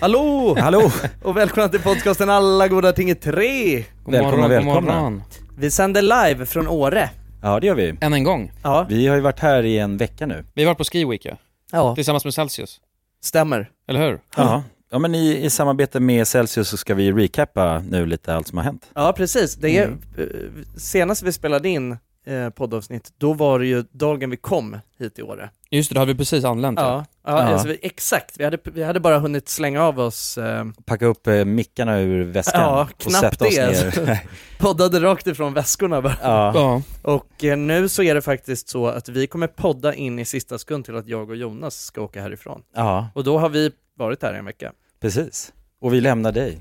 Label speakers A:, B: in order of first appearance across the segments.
A: Hallå!
B: Hallå!
A: Och välkomna till podcasten Alla goda ting är tre!
C: God
B: Välkomna,
C: morgon, god
B: välkomna.
C: morgon.
A: Vi sänder live från Åre.
B: Ja, det gör vi.
C: Än en gång.
A: Ja,
B: Vi har ju varit här i en vecka nu.
C: Vi var på Ski Week ja.
A: ja.
C: tillsammans med Celsius.
A: stämmer.
C: Eller hur?
B: Ja. Ja, men i, i samarbete med Celsius så ska vi recappa nu lite allt som har hänt.
A: Ja, precis. Det är, eh, Senast vi spelade in eh, poddavsnitt, då var det ju dagen vi kom hit i Åre.
C: Just det, då hade vi precis anlänt.
A: Ja, ja
B: Ja.
A: Alltså, vi, exakt. Vi hade, vi hade bara hunnit slänga av oss, eh,
B: Packa upp eh, mickarna ur väskan
A: Ja,
B: och
A: knappt
B: sätta oss
A: det, alltså.
B: ner.
A: poddade rakt ifrån väskorna bara.
B: ja.
C: ja.
A: Och eh, nu så är det faktiskt så att vi kommer podda in i sista sekund till att jag och Jonas ska åka härifrån.
B: ja,
A: Och då har vi varit här i en vecka.
B: precis. Och vi lämnar dig.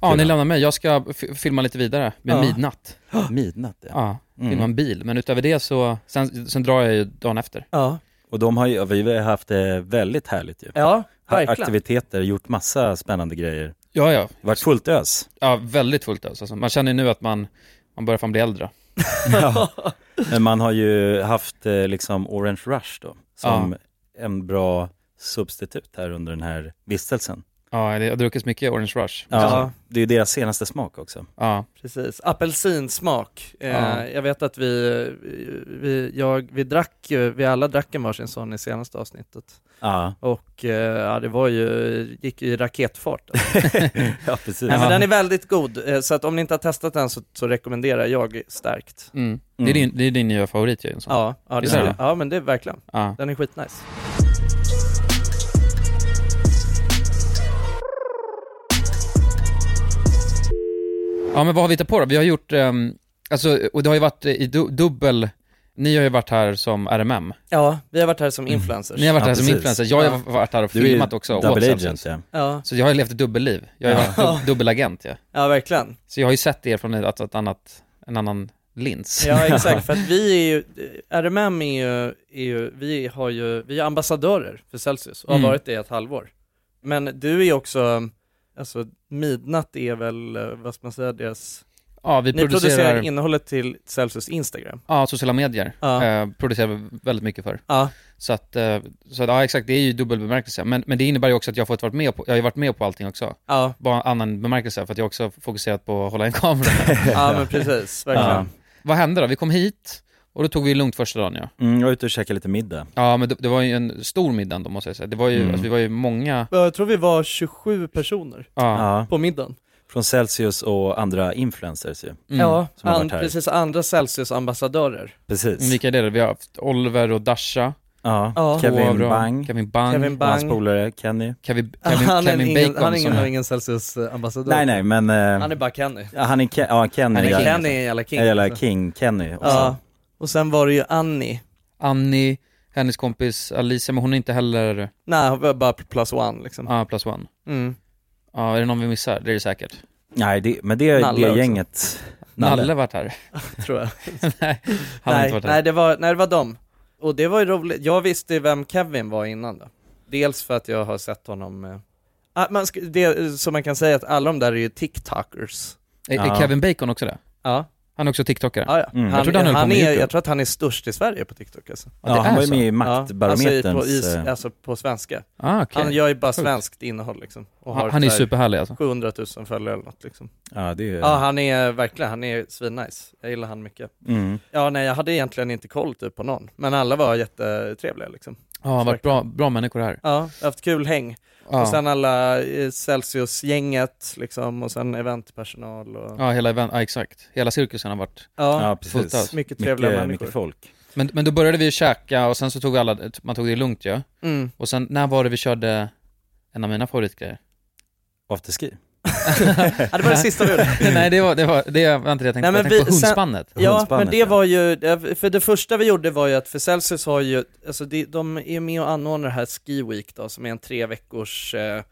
C: ja ni lämnar mig. Jag ska f- filma lite vidare med
A: Ja.
C: midnatt.
B: Midnatt, ja.
C: Ja,
B: Mm.
C: filma en bil. Men utöver det så, sen, sen drar jag ju dagen efter.
A: Ja,
B: Och de har ju, ja, vi har haft det väldigt härligt ju.
A: ja
B: Ha-
A: verkligen.
B: Aktiviteter, gjort massa spännande grejer.
C: Ja, ja.
B: Varit fullt ös.
C: Ja, väldigt fullt ös. alltså. Man känner ju nu att man, man börjar fan bli äldre.
B: Ja. Men man har ju haft eh, liksom Orange Rush då, som en bra substitut här under den här vistelsen.
C: Ja, det har druckits mycket Orange Rush.
B: Ja,
A: Ja.
B: det är ju deras senaste smak också.
C: Ja,
A: Precis, apelsinsmak. Eh,
C: Ja.
A: Jag vet att vi, vi, jag, vi drack ju, vi alla drack en varsin sån i senaste avsnittet.
B: Ja,
A: Och eh, ja, det var ju, gick ju i raketfart. Alltså.
B: ja precis.
A: Nej, men
C: Ja.
A: den är väldigt god, eh, så att om ni inte har testat den så, så rekommenderar jag starkt.
C: mm. Det, är din, det är din nya favorit ju. en sån.
A: Ja, ja, det
C: Visst är
A: är
C: det?
A: ja men det är verkligen.
C: Ja.
A: Den är skitnice.
C: Ja men vad har vi hittat på då? Vi har gjort, ehm, alltså, och det har ju varit i du- dubbel, ni har ju varit här som RMM,
A: Ja, vi har varit här som influencers.
C: Mm. ni har varit
B: Ja,
C: här som
B: precis.
C: influencers, jag har ju varit här och
B: Du är ju
C: filmat också åt
B: double
C: Celsius.
B: agent ja.
A: Ja,
C: Så jag har ju levt ett dubbelliv, jag har ju
B: Ja.
C: varit dub- dubbelagent ja.
A: ja verkligen.
C: Så jag har ju sett er från ett, ett annat, en annan lins.
A: Ja exakt, för att vi är ju, RMM är ju, är ju vi har ju, vi är ambassadörer för Celsius och har
C: Mm.
A: varit det i ett halvår. Men du är ju också, alltså midnatt är väl, eh, vad ska man säga, deras,
C: Ja, vi
A: ni producerar,
C: producerar,
A: innehållet till Celsius Instagram.
C: ja, sociala medier,
A: Ja.
C: eh, producerar vi väldigt mycket för.
A: Ja,
C: Så att, eh, så att, ja exakt, det är ju dubbel bemärkelse. Men, men det innebär ju också att jag har fått varit med på, jag har ju varit med på allting också.
A: ja,
C: Bara annan bemärkelse, för att jag har också fokuserat på att hålla en kamera.
A: ja men precis, verkligen.
C: Vad hände då? Vi kom hit och då tog vi det lugnt första dagen ja.
B: Mm, jag var ute och käkade lite middag.
C: Ja men det, det var ju en stor middag ändå måste jag säga. Det var ju,
B: Mm.
C: alltså, vi var ju många,
A: Ja. Jag tror vi var 27 personer
C: ja.
B: Ja.
A: på middagen.
B: Från Celsius och andra influencers ju.
C: Mm.
A: ja,
B: som har
A: an,
B: varit här.
A: precis, andra Celsius ambassadörer.
B: Precis.
C: Men Vilka är det då? Vi har haft Oliver och Dasha,
B: Ja.
A: Ja.
B: Kevin
C: Kovra,
B: Bang,
C: Kevin Bang,
A: Kevin
C: Kevin,
B: och hans
A: Bang,
B: polare Kenny.
C: Kevin,
A: han är
C: Kevin
A: ingen,
C: Bacon
A: han är
C: som
A: ingen, har ingen Celsius eh, ambassadör.
B: Nej nej men, eh,
A: Han är bara Kenny.
B: ja, han är, Ke- ja, Kenny,
C: Han är
B: Mm. ja.
C: king.
A: Kenny är en jävla king.
B: En jävla
A: alltså.
B: king, liksom. Kenny också.
A: Ja, och sen var det ju Annie.
C: Annie, hennes kompis Alicia, men hon är inte heller
A: Nej, hon var bara plus one liksom.
C: ah, plus one.
A: Mm.
C: Ja, är det någon vi missar? Det är det säkert.
B: Nej det, men det är
A: Nalle
B: det
A: också.
B: gänget.
C: Nalle, har varit här.
A: Tror jag.
C: nej, han har inte
A: nej,
C: varit
A: nej,
C: här.
A: det var, nej, det var dem. Och det var ju roligt. Jag visste vem Kevin var innan då. Dels för att jag har sett honom eh, ah, man ska, det, så man kan säga att alla de där är ju TikTokers.
C: Är,
B: Ja.
C: är Kevin Bacon också det?
A: Ja,
C: Han är också TikTokare?
A: ja, ja.
B: Mm.
A: Han,
B: Jag
C: trodde han höll på med
A: är,
C: YouTube.
A: jag tror att han är störst i Sverige på TikTok alltså.
C: Ja, det
B: Ja, han
C: är
B: var ju
C: så.
B: med i
A: ja, alltså, i-
B: Maktbarometerns...
A: på, is,
B: eh,
A: alltså på svenska.
C: Ah, okej.
A: Han gör ju bara
C: Sjukt.
A: svenskt innehåll liksom. Och har
C: Han, han är ju
A: så här
C: superhärlig alltså.
A: 700 000 följare eller något liksom.
B: ja, det är ju...
A: Ja, han är verkligen, han är svinnice. Jag gillar han mycket.
B: Mm.
A: Ja, nej, jag hade egentligen inte koll typ på någon, men alla var jättetrevliga liksom.
C: Ja, han har varit bra, bra människor här.
A: Ja, haft kul häng.
C: Ja,
A: Och sen alla eh, Celsius-gänget liksom, och sen eventpersonal och... Ja,
C: ja hela event, ja, exakt. Hela cirkusen har varit
B: Ja, precis.
C: fullt ös.
A: mycket trevliga
B: Mycket,
A: människor.
B: mycket folk.
C: Men, men då började vi ju käka och sen så tog alla, man tog det lugnt ju.
A: Mm.
C: Och sen, när var det vi körde en av mina favoritgrejer?
B: Afterski.
A: Ja, det var det sista vi gjorde.
C: Nej det var, det var, det var inte det jag
A: Nej,
C: tänkte på,
A: men
C: jag tänkte
A: vi-
C: på hundspannet.
A: Ja,
B: Hundspannet,
A: men det
B: ja.
A: var ju, för det första vi gjorde var ju att, för Celsius har ju, alltså de, de är med och anordnar det här Ski Week då, som är en tre veckors eh,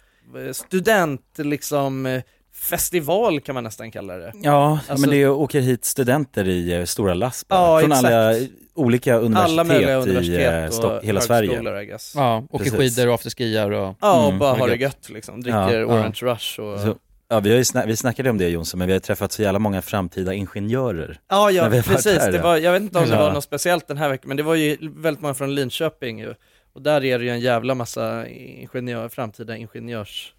A: student, liksom, eh, festival kan man nästan kalla det.
B: Ja,
A: Alltså-
B: men det är, åker hit studenter i eh, stora lass bara,
A: Ja,
B: från
A: exakt.
B: alla olika universitet,
A: alla möjliga
B: i eh,
A: universitet
B: Stock,
A: och
B: hela Sverige.
A: högskolor, I guess. Ja.
C: Ja, åker
B: Precis.
C: skidor och afterskiar och...
A: och
B: Mm,
A: bara
C: vad
A: har det
C: gött.
A: gött liksom, dricker
B: Ja,
C: ja.
A: Orange Rush och...
B: Så, ja, vi, har ju sna- vi snackade om det Jonsson, men vi har träffat så jävla många framtida ingenjörer.
A: Ja, ja
B: när vi har varit
A: precis,
B: här,
A: det
B: ja.
A: var, jag vet inte om det
B: Ja.
A: var något speciellt den här veckan, men det var ju väldigt många från Linköping ju. Och där är det ju en jävla massa ingenjör, framtida ingenjörs...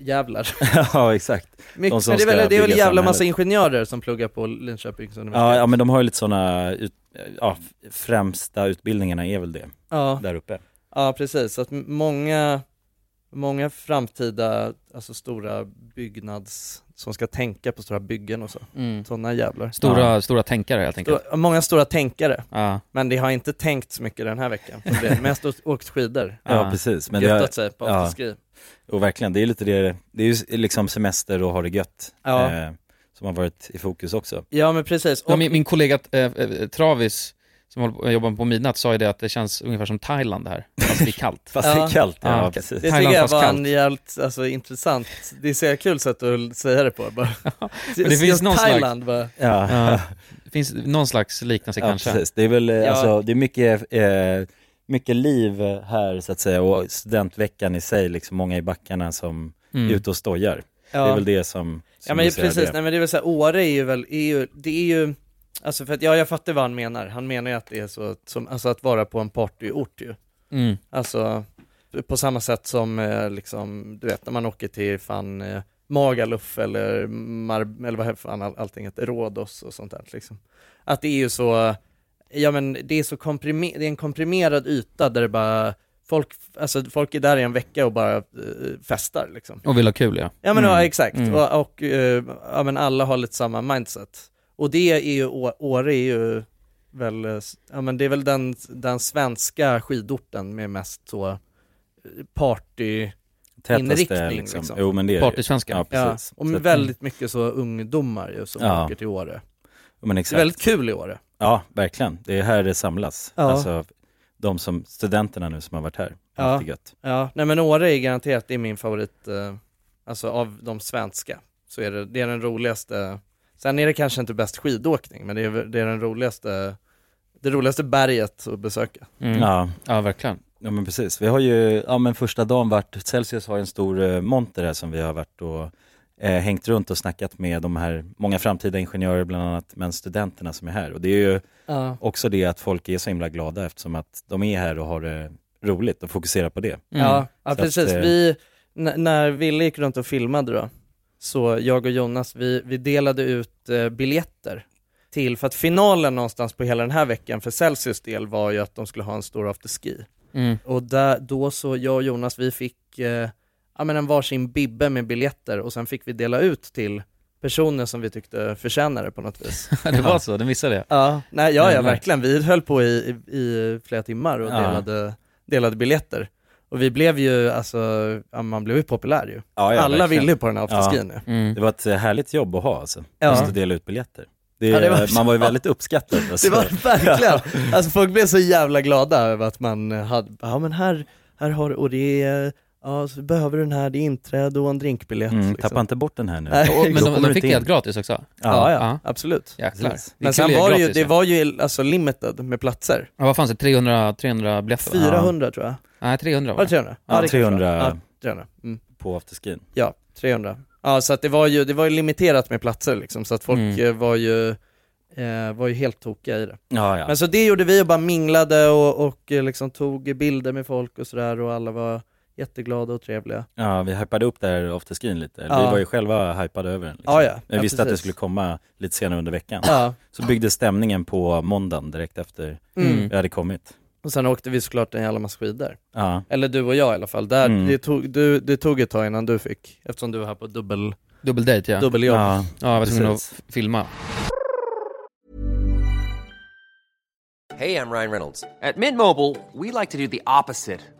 A: Jävlar.
B: ja, exakt.
A: Mycket,
B: som
A: men det är
B: ska
A: väl, det är väl
B: bygga
A: jävla massa
B: samhället.
A: ingenjörer som pluggar på Linköpings
B: Ja,
A: universitet.
B: ja men de har ju lite sådana, ja, f- främsta utbildningarna är väl det,
A: Ja,
B: där uppe.
A: ja precis. Så att m- många, många framtida, alltså stora byggnads, som ska tänka på stora byggen och så.
C: Mm.
A: Sådana jävlar.
C: Stora, stora tänkare helt enkelt.
A: Stora, många stora tänkare,
C: Ja.
A: men det har inte tänkt så mycket den här veckan. För det är mest å- åkt skidor,
B: Ja,
C: Ja.
B: precis. Men
A: men
B: det har,
A: göttat sig på
B: ja.
A: afterski.
B: och verkligen, det är lite det, det är ju s- liksom semester och ha det gött,
A: Ja.
B: eh, som har varit i fokus också.
A: ja, men precis.
C: Ja,
A: Och,
C: min, min kollega eh, eh, Travis, som håller på- eh, jobbar på Midnatt, sa ju det att det känns ungefär som Thailand det här, fast det är kallt.
B: Fast det
A: Ja.
B: är kallt, ja,
C: Ja.
B: precis.
A: det tycker
C: Thailand
A: jag
C: fast
A: var
C: kallt.
A: en jävligt alltså, intressant, det är så jävla kul sätt att säga det på bara.
C: det finns
A: Just
C: någon slags-
A: Thailand bara.
B: Ja.
C: Ja. Det finns någon slags liknelse
B: Ja,
C: kanske.
B: precis. Det är väl, eh,
A: Ja.
B: alltså, det är mycket, eh, mycket liv eh, här så att säga och studentveckan i sig, liksom många i backarna som
C: Mm.
B: är ute och stojar.
A: Ja.
B: Det är väl det som, som
A: Ja men
B: illustrerar
A: precis,
B: det.
A: nej men det är väl såhär, Åre är ju väl, är ju, det är ju, alltså för att, ja jag fattar vad han menar, han menar ju att det är så, som, alltså att vara på en partyort ju.
C: Mm.
A: Alltså, på samma sätt som eh, liksom, du vet när man åker till fan eh, Magaluf eller, Mar- eller vad fan all, allting heter, Rhodos och sånt där liksom. Att det är ju så, ja men det är så komprimer- det är en komprimerad yta där det bara, folk, alltså folk är där i en vecka och bara eh, festar liksom.
C: Och vill ha kul ja.
A: Ja men
B: Mm.
A: ja, exakt,
C: Mm.
A: och, och eh, ja, men alla har lite samma mindset. Och det är ju, Å- Åre är ju väl, eh, s- ja men det är väl den, den svenska skidorten med mest så eh, party,
B: Tätaste,
A: inriktning,
B: liksom.
A: liksom.
B: Jo men det är det ju.
C: Partysvenska.
B: Ja,
A: ja,
B: precis.
A: och
B: Så att- mm,
A: väldigt mycket så ungdomar ju som
B: Ja,
A: åker till Åre.
B: men
A: Det är
B: exakt.
A: väldigt kul i Åre.
B: Ja, verkligen. Det är här det samlas.
A: Ja.
B: Alltså, de som, studenterna nu som har varit här,
A: Ja.
B: har haft det gött.
A: Ja, nej men Åre är garanterat det är min favorit, eh, alltså av de svenska, så är det, det är den roligaste, sen är det kanske inte bäst skidåkning, men det är, det är den roligaste, det roligaste berget att besöka.
C: Mm. Ja.
B: Ja.
C: verkligen.
B: ja, men precis. Vi har ju, ja men första dagen varit, Celsius har ju en stor eh, monter här som vi har varit och eh, hängt runt och snackat med de här, många framtida ingenjörer bland annat, men studenterna som är här. Och det är ju
A: Ja.
B: också det att folk är så himla glada eftersom att de är här och har det roligt och fokuserar på det.
C: Mm.
A: Ja, ja
B: att,
A: precis.
B: eh,
A: Vi, n- när Ville gick runt och filmade då, så jag och Jonas, vi, vi delade ut eh, biljetter till, för att finalen någonstans på hela den här veckan för Celsius del var ju att de skulle ha en stor afterski.
C: Mm.
A: Och där, då så, jag och Jonas, vi fick eh, ja, men en varsin bibbe med biljetter och sen fick vi dela ut till personer som vi tyckte förtjänade det på något vis.
C: det var så, den missade jag.
A: Ja, nej, ja, ja
C: Jävlar.
A: verkligen. Vi höll på i, i, i flera timmar och
B: Ja.
A: delade, delade biljetter. Och vi blev ju, alltså, ja, man blev ju populär ju.
B: Ja, ja,
A: Alla
B: verkligen.
A: ville ju på den här afterskin nu.
C: Mm.
B: Det var ett eh, härligt jobb att ha alltså,
A: Ja.
B: just att dela ut biljetter. Det,
A: Ja, det var-
B: Man var ju väldigt uppskattad. Alltså.
A: Det var verkligen, alltså folk blev så jävla glada över att man hade, ja men här, här har du, och det är, ja så behöver du den här, det är inträde och en drinkbiljett.
B: Mm,
A: liksom.
B: Tappa inte bort den här nu.
A: Nej,
C: Och, men
B: Då
C: de,
B: kommer
C: de
B: du
C: fick
B: inte in.
C: helt gratis också.
A: ja, ja,
C: Ja.
A: absolut.
C: Jäklar.
B: Precis.
C: Det är
A: Men
C: kul
A: sen
C: att ge
A: var det ju,
C: gratis,
A: det
C: ja.
A: var ju alltså limited med platser.
C: Ja, vad fanns det? 300, 300 biljetter? va?
A: 400 tror jag.
C: Nej, 300
A: Var
C: var
A: det
C: det.
A: 300?
B: Ja,
A: det kanske var.
B: 300.
A: Ja, 300. Mm.
B: på afterskin.
A: Ja, 300. Ja, så att det var ju, det var ju limiterat med platser liksom, så att folk
C: Mm.
A: eh, var ju Eh, var ju helt tokiga i det.
B: Ja, ja.
A: Men så det gjorde vi och bara minglade och, och eh, liksom tog bilder med folk och sådär och alla var jätteglada och trevliga.
B: ja vi hypade upp det här afterskin lite.
A: Ja.
B: Vi var ju själva hypade över den. Liksom.
A: Ja, ja.
B: Men
A: Ja,
B: vi visste att det
A: precis.
B: skulle komma lite senare under veckan.
A: Ja.
B: Så byggdes stämningen på måndagen direkt efter
A: Mm.
C: Mm.
B: vi hade kommit.
A: Och sen åkte vi såklart en jävla massa skidor.
B: Ja,
A: Eller du och jag i alla fall. Där,
B: Mm.
A: det, tog, du, det tog ett tag innan du fick, eftersom du var här på dubbel,
C: Dubbeldejt ja.
A: dubbeljobb.
B: ja.
C: Ja, jag var tvungen att
B: Precis.
C: f- filma.
D: Hey, I'm Ryan Reynolds. At Mint Mobile, we like to do the opposite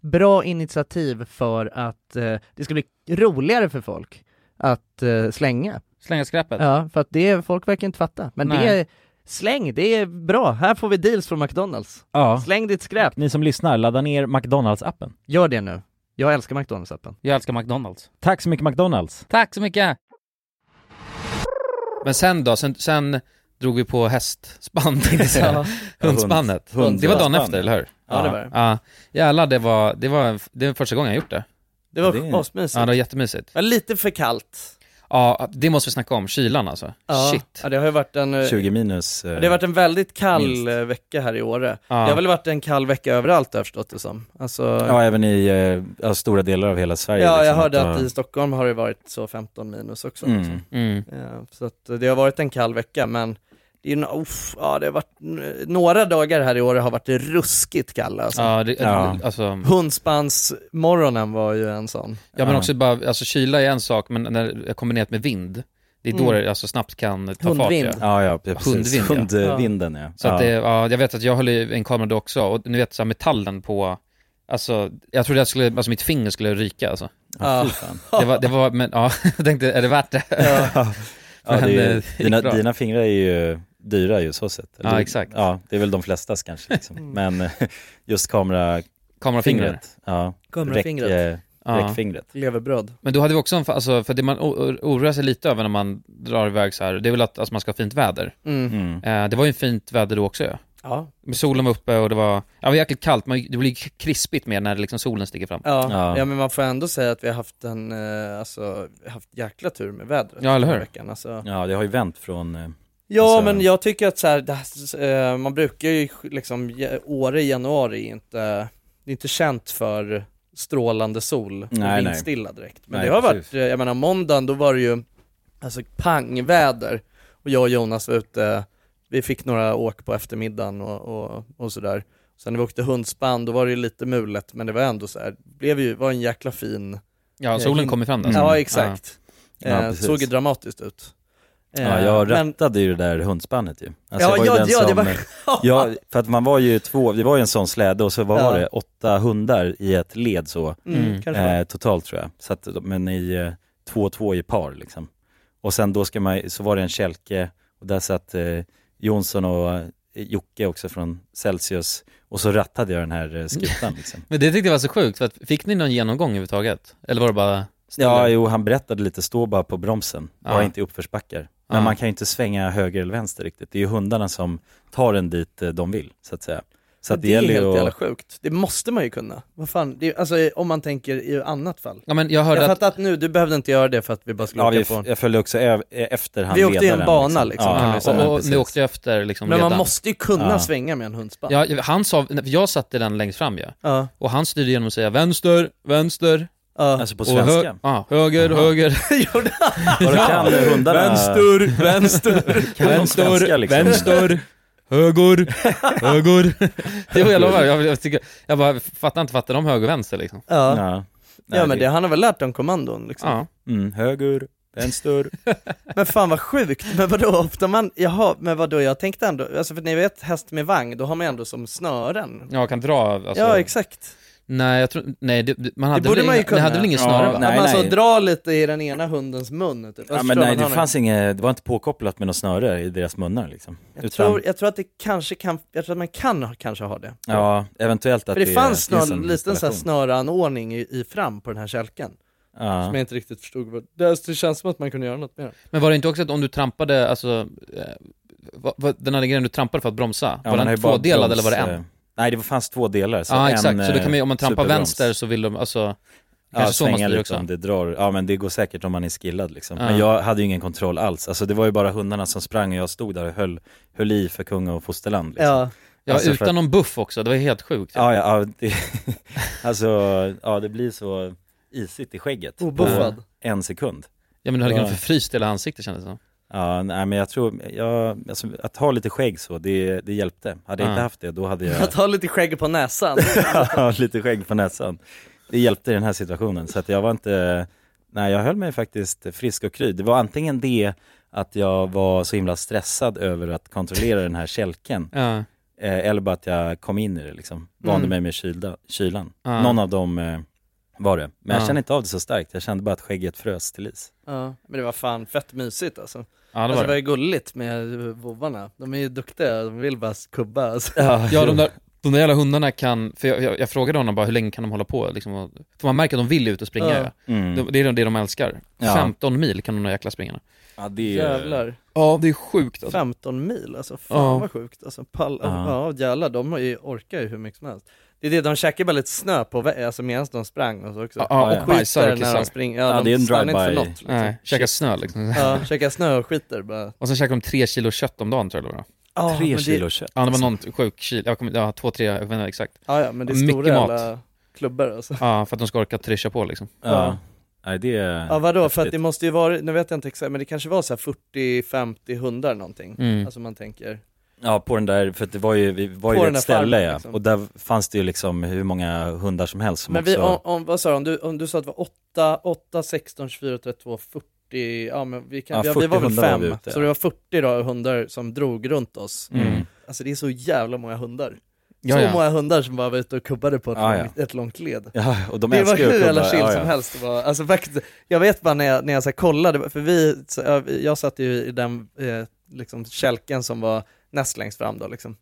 A: bra initiativ för att eh, det ska bli roligare för folk att eh, slänga.
C: Slänga skräpet.
A: Ja, för att det, folk verkar inte fatta. Men det
C: Nej.
A: är, släng, det är bra. Här får vi deals från McDonalds.
B: Ja.
A: Släng ditt skräp.
B: Ni som lyssnar, ladda ner McDonalds-appen.
A: Gör det nu. Jag älskar McDonalds-appen.
C: Jag älskar McDonalds.
B: Tack så mycket McDonalds.
C: Tack så mycket! Men sen då, sen, sen drog vi på hästspann, tänkte jag säga. Hundspannet.
E: Ja, hund-
C: det var dagen
E: hundspann.
C: efter, eller hur?
A: Ja, det var det.
C: Ja, jävlar det var, det var, det var första gången jag gjort det.
A: Det var
E: Det är-
A: asmysigt.
C: Ja, det var jättemysigt.
A: Ja, lite för kallt.
C: Ja, det måste vi snacka om, kylan alltså. Shit.
A: Ja, det har ju varit en... eh,
E: 20 minus. eh,
A: Det har varit en väldigt kall
E: Minst.
A: eh, vecka här i Åre.
C: Ja.
A: Det har väl varit en kall vecka överallt har jag förstått det som. Alltså, ja,
E: Ja, även i eh, ja, stora delar av hela Sverige.
A: jag
E: liksom,
A: hörde att
E: det-
A: i Stockholm har det varit så 15 minus också.
E: Mm.
A: liksom.
C: Mm.
A: Ja, så att eh, det har varit en kall vecka men det är, ju no- uff, ja, det har varit, n- några dagar här i Åre har varit ruskigt kalla alltså.
C: Ja, det,
E: Ja.
C: alltså...
A: Hundspansmorgonen var ju en sån.
C: Ja men
E: Ja.
C: också bara, alltså kyla är en sak, men när det är kombinerat med vind, det är då
A: Mm.
C: det alltså snabbt kan ta
A: Hundvind.
C: fart. Ja.
E: Ja, ja, precis.
C: Hundvind, ja.
E: Hundvinden, ja.
C: Så att
E: ja.
C: det, ja, jag vet att jag höll i en kamera då också, och ni vet så här, metallen på, alltså, jag trodde jag skulle, alltså mitt finger skulle ryka alltså.
E: Ja, fy fan.
C: Det var, det var men ja, jag tänkte, är det värt det? Ja,
E: Ja, det är, ju-
C: gick
E: dina,
C: bra.
E: dina fingrar är ju dyra ju så sett.
C: Ja, exakt.
E: Ja, det är väl de flestas kanske.
A: Mm.
E: Liksom. Men eh, just kamerafingret.
C: Kamerafingret.
E: Ja.
A: Kamerafingret.
E: Räck, eh,
C: Ja.
E: Räckfingret.
A: Leverbröd.
C: Men då hade vi också en, fa- alltså, för det man o- o- oroar sig lite över när man drar iväg så här, det är väl att alltså, man ska ha fint väder.
A: Mm.
E: Mm.
C: Eh, det var ju fint väder då också ja.
A: Ja.
C: Men Solen var uppe och det var, ja, det var jäkligt kallt, man, det blir krispigt mer när liksom solen sticker fram.
A: Ja.
E: Ja.
A: Ja. men man får ändå säga att vi har haft en, eh, alltså, haft jäkla tur med vädret
C: Ja, eller
A: den här
C: hur?
A: veckan. Alltså.
E: Ja, det har ju vänt från... eh,
A: Ja
E: Alltså-
A: men jag tycker att så här, det, här, eh, man brukar ju liksom, ja- Åre i januari är inte, det är inte känt för strålande sol och
E: Nej, nej.
A: vindstilla direkt. Men
E: Nej,
A: det har
E: precis.
A: varit, eh, jag menar måndagen då var det ju alltså pangväder och jag och Jonas var ute, vi fick några åk på eftermiddagen och, och, och sådär. Sen när vi åkte hundspann då var det ju lite mulet men det var ändå så här, det blev ju, var en jäkla fin
C: Ja, Mm. solen kom ju fram där.
A: Ja exakt.
E: Mm. Ja. Ja,
A: eh,
E: precis.
A: såg ju dramatiskt ut. Eh,
E: Ja, jag
A: men-
E: rattade ju det där hundspannet ju. Alltså, jag
A: Ja,
E: var ju
A: ja,
E: den
A: ja, det
E: som-
A: var-
E: Ja, för att man var ju två, det var ju en sån släde och så vad var
A: Ja.
E: det, åtta hundar i ett led så,
A: Mm,
C: Mm.
A: kanske var.
E: eh, totalt tror jag. Så att, de- men i eh, två och två i par liksom. Och sen då ska man, så var det en kälke och där satt eh, Jonsson och eh, Jocke också från Celsius och så rattade jag den här eh, skutan liksom.
C: Men det tyckte jag var så sjukt, för att, fick ni någon genomgång överhuvudtaget? Eller var det bara,
B: Ja, jo, han berättade lite, stå bara på bromsen,
C: Ja.
B: bara inte i uppförsbackar. Men
C: Ja.
B: man kan ju inte svänga höger eller vänster riktigt. Det är ju hundarna som tar en dit eh, de vill, så att säga. Så att det,
A: det är
B: gäller
A: helt
B: ju
A: jävla
B: att...
A: sjukt. Det måste man ju kunna. Vad fan, det är, alltså om man tänker i annat fall.
C: Ja, men jag hörde
A: Jag
C: att...
A: fattar att nu, du behövde inte göra det för att vi bara skulle
B: Ja,
A: åka
B: vi,
A: på en.
B: jag följde också ö- efter han
A: Vi åkte i en
B: ledaren,
A: bana, liksom, kan man
C: Ja,
A: ju säga.
C: och, och
B: precis.
C: nu åkte jag efter liksom
A: Men man
C: ledaren.
A: måste ju kunna
B: Ja.
A: svänga med en hundspann.
C: Ja, han sa, jag satte den längst fram ju,
A: Ja,
C: och han styrde genom att säga vänster, vänster,
A: ja.
B: Alltså på
C: och hö-
B: svenska.
C: ja, höger, höger,
B: Vad det kan hundarna...
C: vänster, vänster,
B: Kan de svenska,
C: vänster,
B: liksom?
C: vänster, höger, höger. Det var jag lovar, jag, jag, tycker, jag bara fattar inte, fattar de höger och vänster liksom?
A: Ja. Ja.
B: Ja.
A: men det, han har väl lärt dem kommandon liksom.
C: Ja.
B: Mm, höger, vänster.
A: Men fan vad sjukt, men vadå ofta man, jaha, men vadå jag tänkte ändå, alltså för ni vet häst med vagn, då har man ändå som snören.
C: Ja, jag kan dra alltså,
A: ja exakt.
C: Nej, jag tror, nej, det, det- man hade
A: borde
C: väl
A: man
C: inga,
A: ju kunna.
C: Det hade väl ingen
B: Ja,
C: snöre va?
A: Att
B: nej,
A: man så
B: nej.
A: drar lite i den ena hundens mun. Typ.
B: Ja,
A: Alltså,
B: men
A: förstår
B: nej,
A: man
B: det
A: har
B: fanns inget, det var inte påkopplat med något snöre i deras munnar liksom.
A: Jag, tror, jag tror att det kanske kan, jag tror att man kan ha- kanske ha det.
B: Ja, eventuellt att
A: För det, fanns
B: finns
A: någon
B: en
A: liten så här
B: installation.
A: snöranordning i, i fram på den här kälken, som
B: Ja.
A: jag inte riktigt förstod vad, det, det känns som att man kunde göra något mer. liksom.
C: Men var det inte också att om du trampade, alltså, eh, vad, vad, den här grejen du trampade för att bromsa,
B: Ja,
C: var
B: man har
C: den
B: ju bara
C: tvådelad eller var det
B: broms,
C: en?
B: eh, Nej, det var- fanns två delar. Så
C: Ja,
B: en,
C: exakt, så då kan man, ju- om man
B: eh,
C: trampar
B: superbroms.
C: vänster så vill de, alltså,
B: Ja,
C: kanske så man
B: svänga
C: styr
B: lite
C: också. Ah.
B: om det drar. Ja, men det går säkert om man är skillad liksom.
C: Ja.
B: Men jag hade ju ingen kontroll alls. Alltså det var ju bara hundarna som sprang och jag stod där och höll, höll i för kung och fosterland liksom.
A: Ja,
C: Ja,
B: Alltså, för
C: utan
B: att-
C: någon buff också, det var ju helt sjukt.
B: Ja, ja, ja det, alltså, ja det blir så isigt i skägget.
A: Obuffad.
B: På En sekund.
C: Ja men du hade
B: Ja.
C: kunnat förfryst hela ansiktet kändes det som.
B: Ja, nej men jag tror, jag, alltså, att ha lite skägg så, det, det hjälpte. Hade jag
C: Ja.
B: inte haft det, då hade jag
A: att ha lite skägg på näsan.
B: Ja, lite skägg på näsan. Det hjälpte i den här situationen, så att jag var inte, nej jag höll mig faktiskt frisk och kry. Det var antingen det att jag var så himla stressad över att kontrollera den här kälken,
C: Ja,
B: eh, eller bara att jag kom in i det liksom, vande
A: Mm.
B: mig med kylda, kylan.
C: Ja.
B: Någon av dem eh, var det, men jag
C: Ja.
B: kände inte av det så starkt, jag kände bara att skägget frös till is.
A: ja, men det var fan fett mysigt alltså.
C: ja det
A: Alltså,
C: var
A: det var
C: det.
A: ju gulligt med vovvarna, de är ju duktiga, de vill bara kubba alltså.
C: Ja de där, de där jävla hundarna kan, för jag, jag, jag frågade honom bara hur länge kan de hålla på liksom, och, för man märker att de vill ut och springa
A: Ja.
C: ju.
B: Mm.
C: De, det är det de älskar.
B: Ja.
C: 15 mil kan de där jäkla springarna.
B: Ja, det är-
A: Jävlar,
C: Ja det är sjukt
A: 15 mil alltså, fan
C: Ja.
A: vad sjukt alltså, pall,
B: Ja.
A: ja jävlar, de har ju, orkar ju hur mycket som helst Det är det, de käkar bara lite snö på vä- alltså medan de sprang och så också
C: Ja, ja, och
A: Skiter
C: bajsar och
A: när de
C: kissar.
A: springer, ja,
B: Ja,
A: de
B: det är en
A: stannar inte för
B: drive-by.
A: något liksom.
C: Nej, käka snö liksom.
A: Ja, käkar snö och skiter bara
C: Och sen käkade de tre kilo kött om dagen tror jag det var.
A: Ja, men
B: Tre
A: det-
B: kilo kött. alltså.
C: Ja, det var
A: Alltså.
C: någon sjuk kilo, jag kommer, ja, två, tre, jag vet inte exakt.
A: Ja, ja men det är
C: Mycket
A: stora
C: mat.
A: jävla klubbor alltså
C: Ja, för att de ska orka trycka på liksom.
B: Ja. Nej, det är
A: Ja vadå, för att
B: häftigt.
A: det måste ju vara, nu vet jag inte exakt, men det kanske var så här 40, 50 hundar någonting
C: Mm.
A: Alltså man tänker
B: Ja, på den där, för att det var ju, vi var
A: På den
B: ju vid
A: där
B: ett ställe
A: farmen,
B: ja.
A: liksom.
B: och där fanns det ju liksom hur många hundar som helst som
A: Men
B: också...
A: vi, om, om, vad sa du, om du, om du sa att det var 8, 8, 16, 24, 32, 40, ja men vi, kan,
B: Ja,
A: vi- vi var
B: 40
A: väl
B: hundar var
A: fem,
B: vi ute,
A: så
B: ja.
A: det var 40 då, hundar som drog runt oss.
B: Mm.
A: Alltså det är så jävla många hundar.
C: Ja,
A: så
C: ja.
A: många hundar som bara var ute och kubbade på ett,
B: Ja,
A: långt, ett långt led.
B: Ja, och de
A: det var
B: älskar ju att
A: hur jävla
B: klubba.
A: chill
B: ja,
A: som
B: ja.
A: helst. Det var, alltså, faktiskt, jag vet bara när jag, när jag så här kollade, för vi, så, jag, jag satt ju i den eh, liksom, kälken som var näst längst fram då liksom.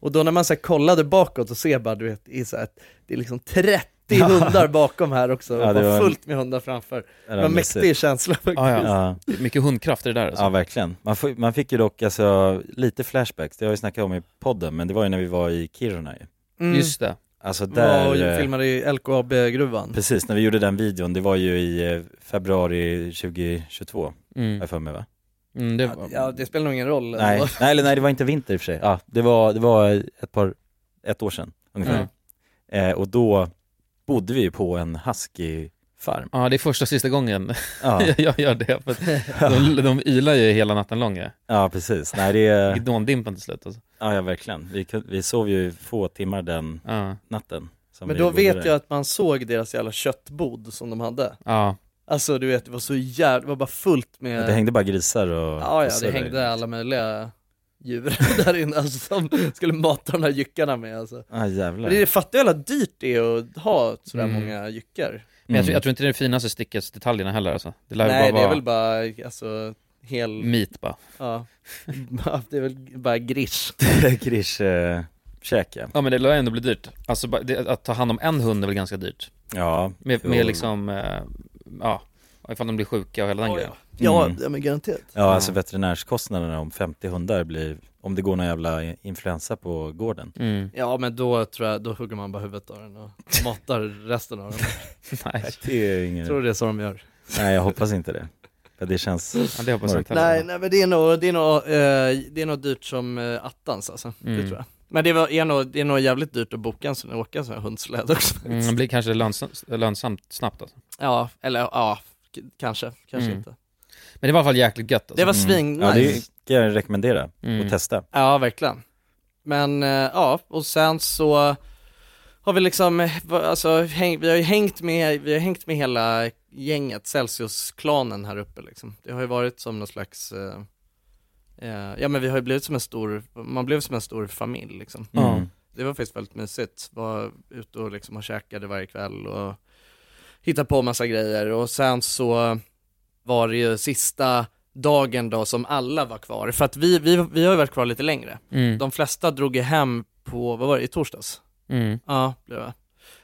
A: Och då när man så här, kollade bakåt och ser bara, du vet, i, så här, att det är liksom 30 hundar bakom här också, och
B: Ja, det
A: bara
B: var-
A: fullt med hundar framför.
B: Ja,
A: Det var en
B: mysigt.
A: mäktig känsla faktiskt.
C: Ja, ja.
B: Ja,
C: Mycket hundkraft i det där alltså.
B: ja, verkligen. Man, får, man fick ju dock alltså, lite flashbacks, det har jag ju snackat om i podden, men det var ju när vi var i Kiruna ju.
A: Mm.
C: Just det.
B: Alltså
A: Där... Och
B: där,
A: ju
B: eh,
A: filmade i LKAB-gruvan.
B: Mm. precis när vi gjorde den videon, det var ju i eh, februari 2022, har
C: Mm.
B: jag för mig va?
C: Mm, det var...
A: Ja, det spelar nog ingen roll.
B: Nej, nej, eller nej det var inte vinter i och för sig. Ja, det var, det var ett par, ett år sedan
A: Mm.
B: ungefär. Eh, och då bodde vi ju på en husky-farm.
C: Ja, det är första och sista gången
B: Ja,
C: jag gör det. För att de, de ylar ju hela natten lång. ja.
B: ja precis. Nej, det är,
C: Gnåldimpen till slut alltså.
B: ja, ja verkligen. Vi, kun- vi sov ju få timmar den
C: Ja,
B: natten. som
A: Men
B: vi
A: då
B: bodde
A: vet
B: där.
A: jag att man såg deras jävla köttbod som de hade.
C: ja.
A: Alltså du vet, det var så jävla, det var bara fullt med...
B: Det hängde bara grisar och
A: ja,
B: och
A: ja, det
B: surr.
C: liksom.
A: hängde alla möjliga djur där inne alltså, som skulle mata de där jyckarna med alltså.
B: Ja, jävlar.
A: Men det är fattar ju hur jävla dyrt det är att ha sådär
C: Mm.
A: många jyckar.
C: Men jag, tror,
B: Mm.
C: jag tror inte det är det finaste styckets detaljerna heller alltså. Det lär ju
A: Nej,
C: bara
A: det är
C: vara Mm.
A: väl bara, alltså, hel,
C: meat bara.
A: ja. det är väl bara grish.
B: Grish, eh, käk ja.
C: Ja men det lär ju ändå bli dyrt. Alltså bara- det, att ta hand om en hund är väl ganska dyrt.
B: Ja,
C: Med,
B: Jo.
C: med liksom, eh, ja, ifall de blir sjuka och hela den grejen.
A: Ja,
B: Mm.
A: ja, men garanterat.
B: Ja, alltså veterinärskostnaderna om 50 hundar blir, om det går någon jävla influensa på gården.
C: Mm.
A: Ja men då tror jag, då hugger man bara huvudet av den och matar resten av den.
C: Nej,
B: Det är
A: Jag
B: ingen...
A: tror det är så de gör.
B: Nej, jag hoppas inte det. För det känns...
C: ja, det hoppas jag inte heller.
A: Nej, nej men det är nog, det är nog, eh, det är nog dyrt som eh, attans alltså,
C: Mm.
A: det tror jag. Men det, var, är nog, det är nog jävligt dyrt att boka en sån, åka en sån här hundsläde också.
C: Mm, det blir kanske lönsamt, lönsamt snabbt alltså.
A: Ja, eller ja, k- kanske, kanske
C: Mm.
A: inte.
C: Men det var i alla fall jäkligt gött alltså.
A: Det var
B: Mm.
A: svin,
B: Ja,
A: nice.
B: det kan jag rekommendera
C: Mm.
B: och testa.
A: Ja, verkligen. Men eh, ja, och sen så har vi liksom, eh, va- alltså, häng, vi har ju hängt med, vi har hängt med hela gänget, Celsius-klanen här uppe liksom. Det har ju varit som någon slags, eh, eh, ja men vi har ju blivit som en stor, man blev som en stor familj liksom.
B: Mm.
A: Det var faktiskt väldigt mysigt, var ute och liksom och käkade varje kväll och hittade på massa grejer och sen så var det ju sista dagen då som alla var kvar, för att vi, vi, vi har ju varit kvar lite längre.
C: Mm.
A: De flesta drog ju hem på, vad var det, i torsdags?
C: Mm.
A: Ja, blev det.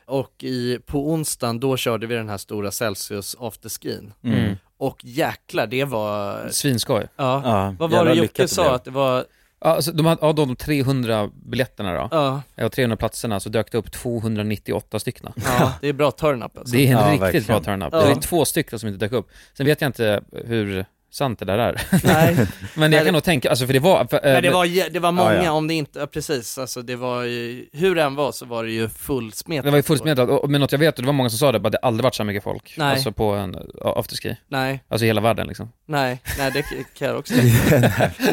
A: Och i, på onsdagen då körde vi den här stora Celsius afterskin.
C: Mm.
A: Och jäklar, det var,
C: Svinskoj.
A: ja.
B: Ja,
A: Vad var
B: jävla
A: det
B: lyckat
A: Jocke
B: blev.
A: sa att det var,
C: Ja, alltså, de hade, av de 300 biljetterna då,
A: ja,
C: ja. och 300 platserna, så dök det upp 298 stycken.
A: ja det är bra turn-up alltså.
C: Det är en
B: Alltså, Ja,
C: riktigt
B: verkligen.
C: bra turn-up.
A: Ja.
C: Det är två stycken som inte dök upp. Sen vet jag inte hur sant det där är.
A: Nej,
C: Men
A: Nej,
C: jag
A: det-
C: kan nog tänka, alltså för det var... För, eh,
A: men det var, jä- det var många
B: Ja, ja.
A: om det inte, ja, precis, alltså det var ju, hur det än var så var det ju fullsmetat.
C: det var ju fullsmetat, Och- men något jag vet, och det var många som sa det, bara det har aldrig varit så här mycket folk.
A: Nej.
C: Alltså på en eh, afterski.
A: Nej,
C: Alltså i hela världen liksom.
A: nej, nej det kan jag också säga.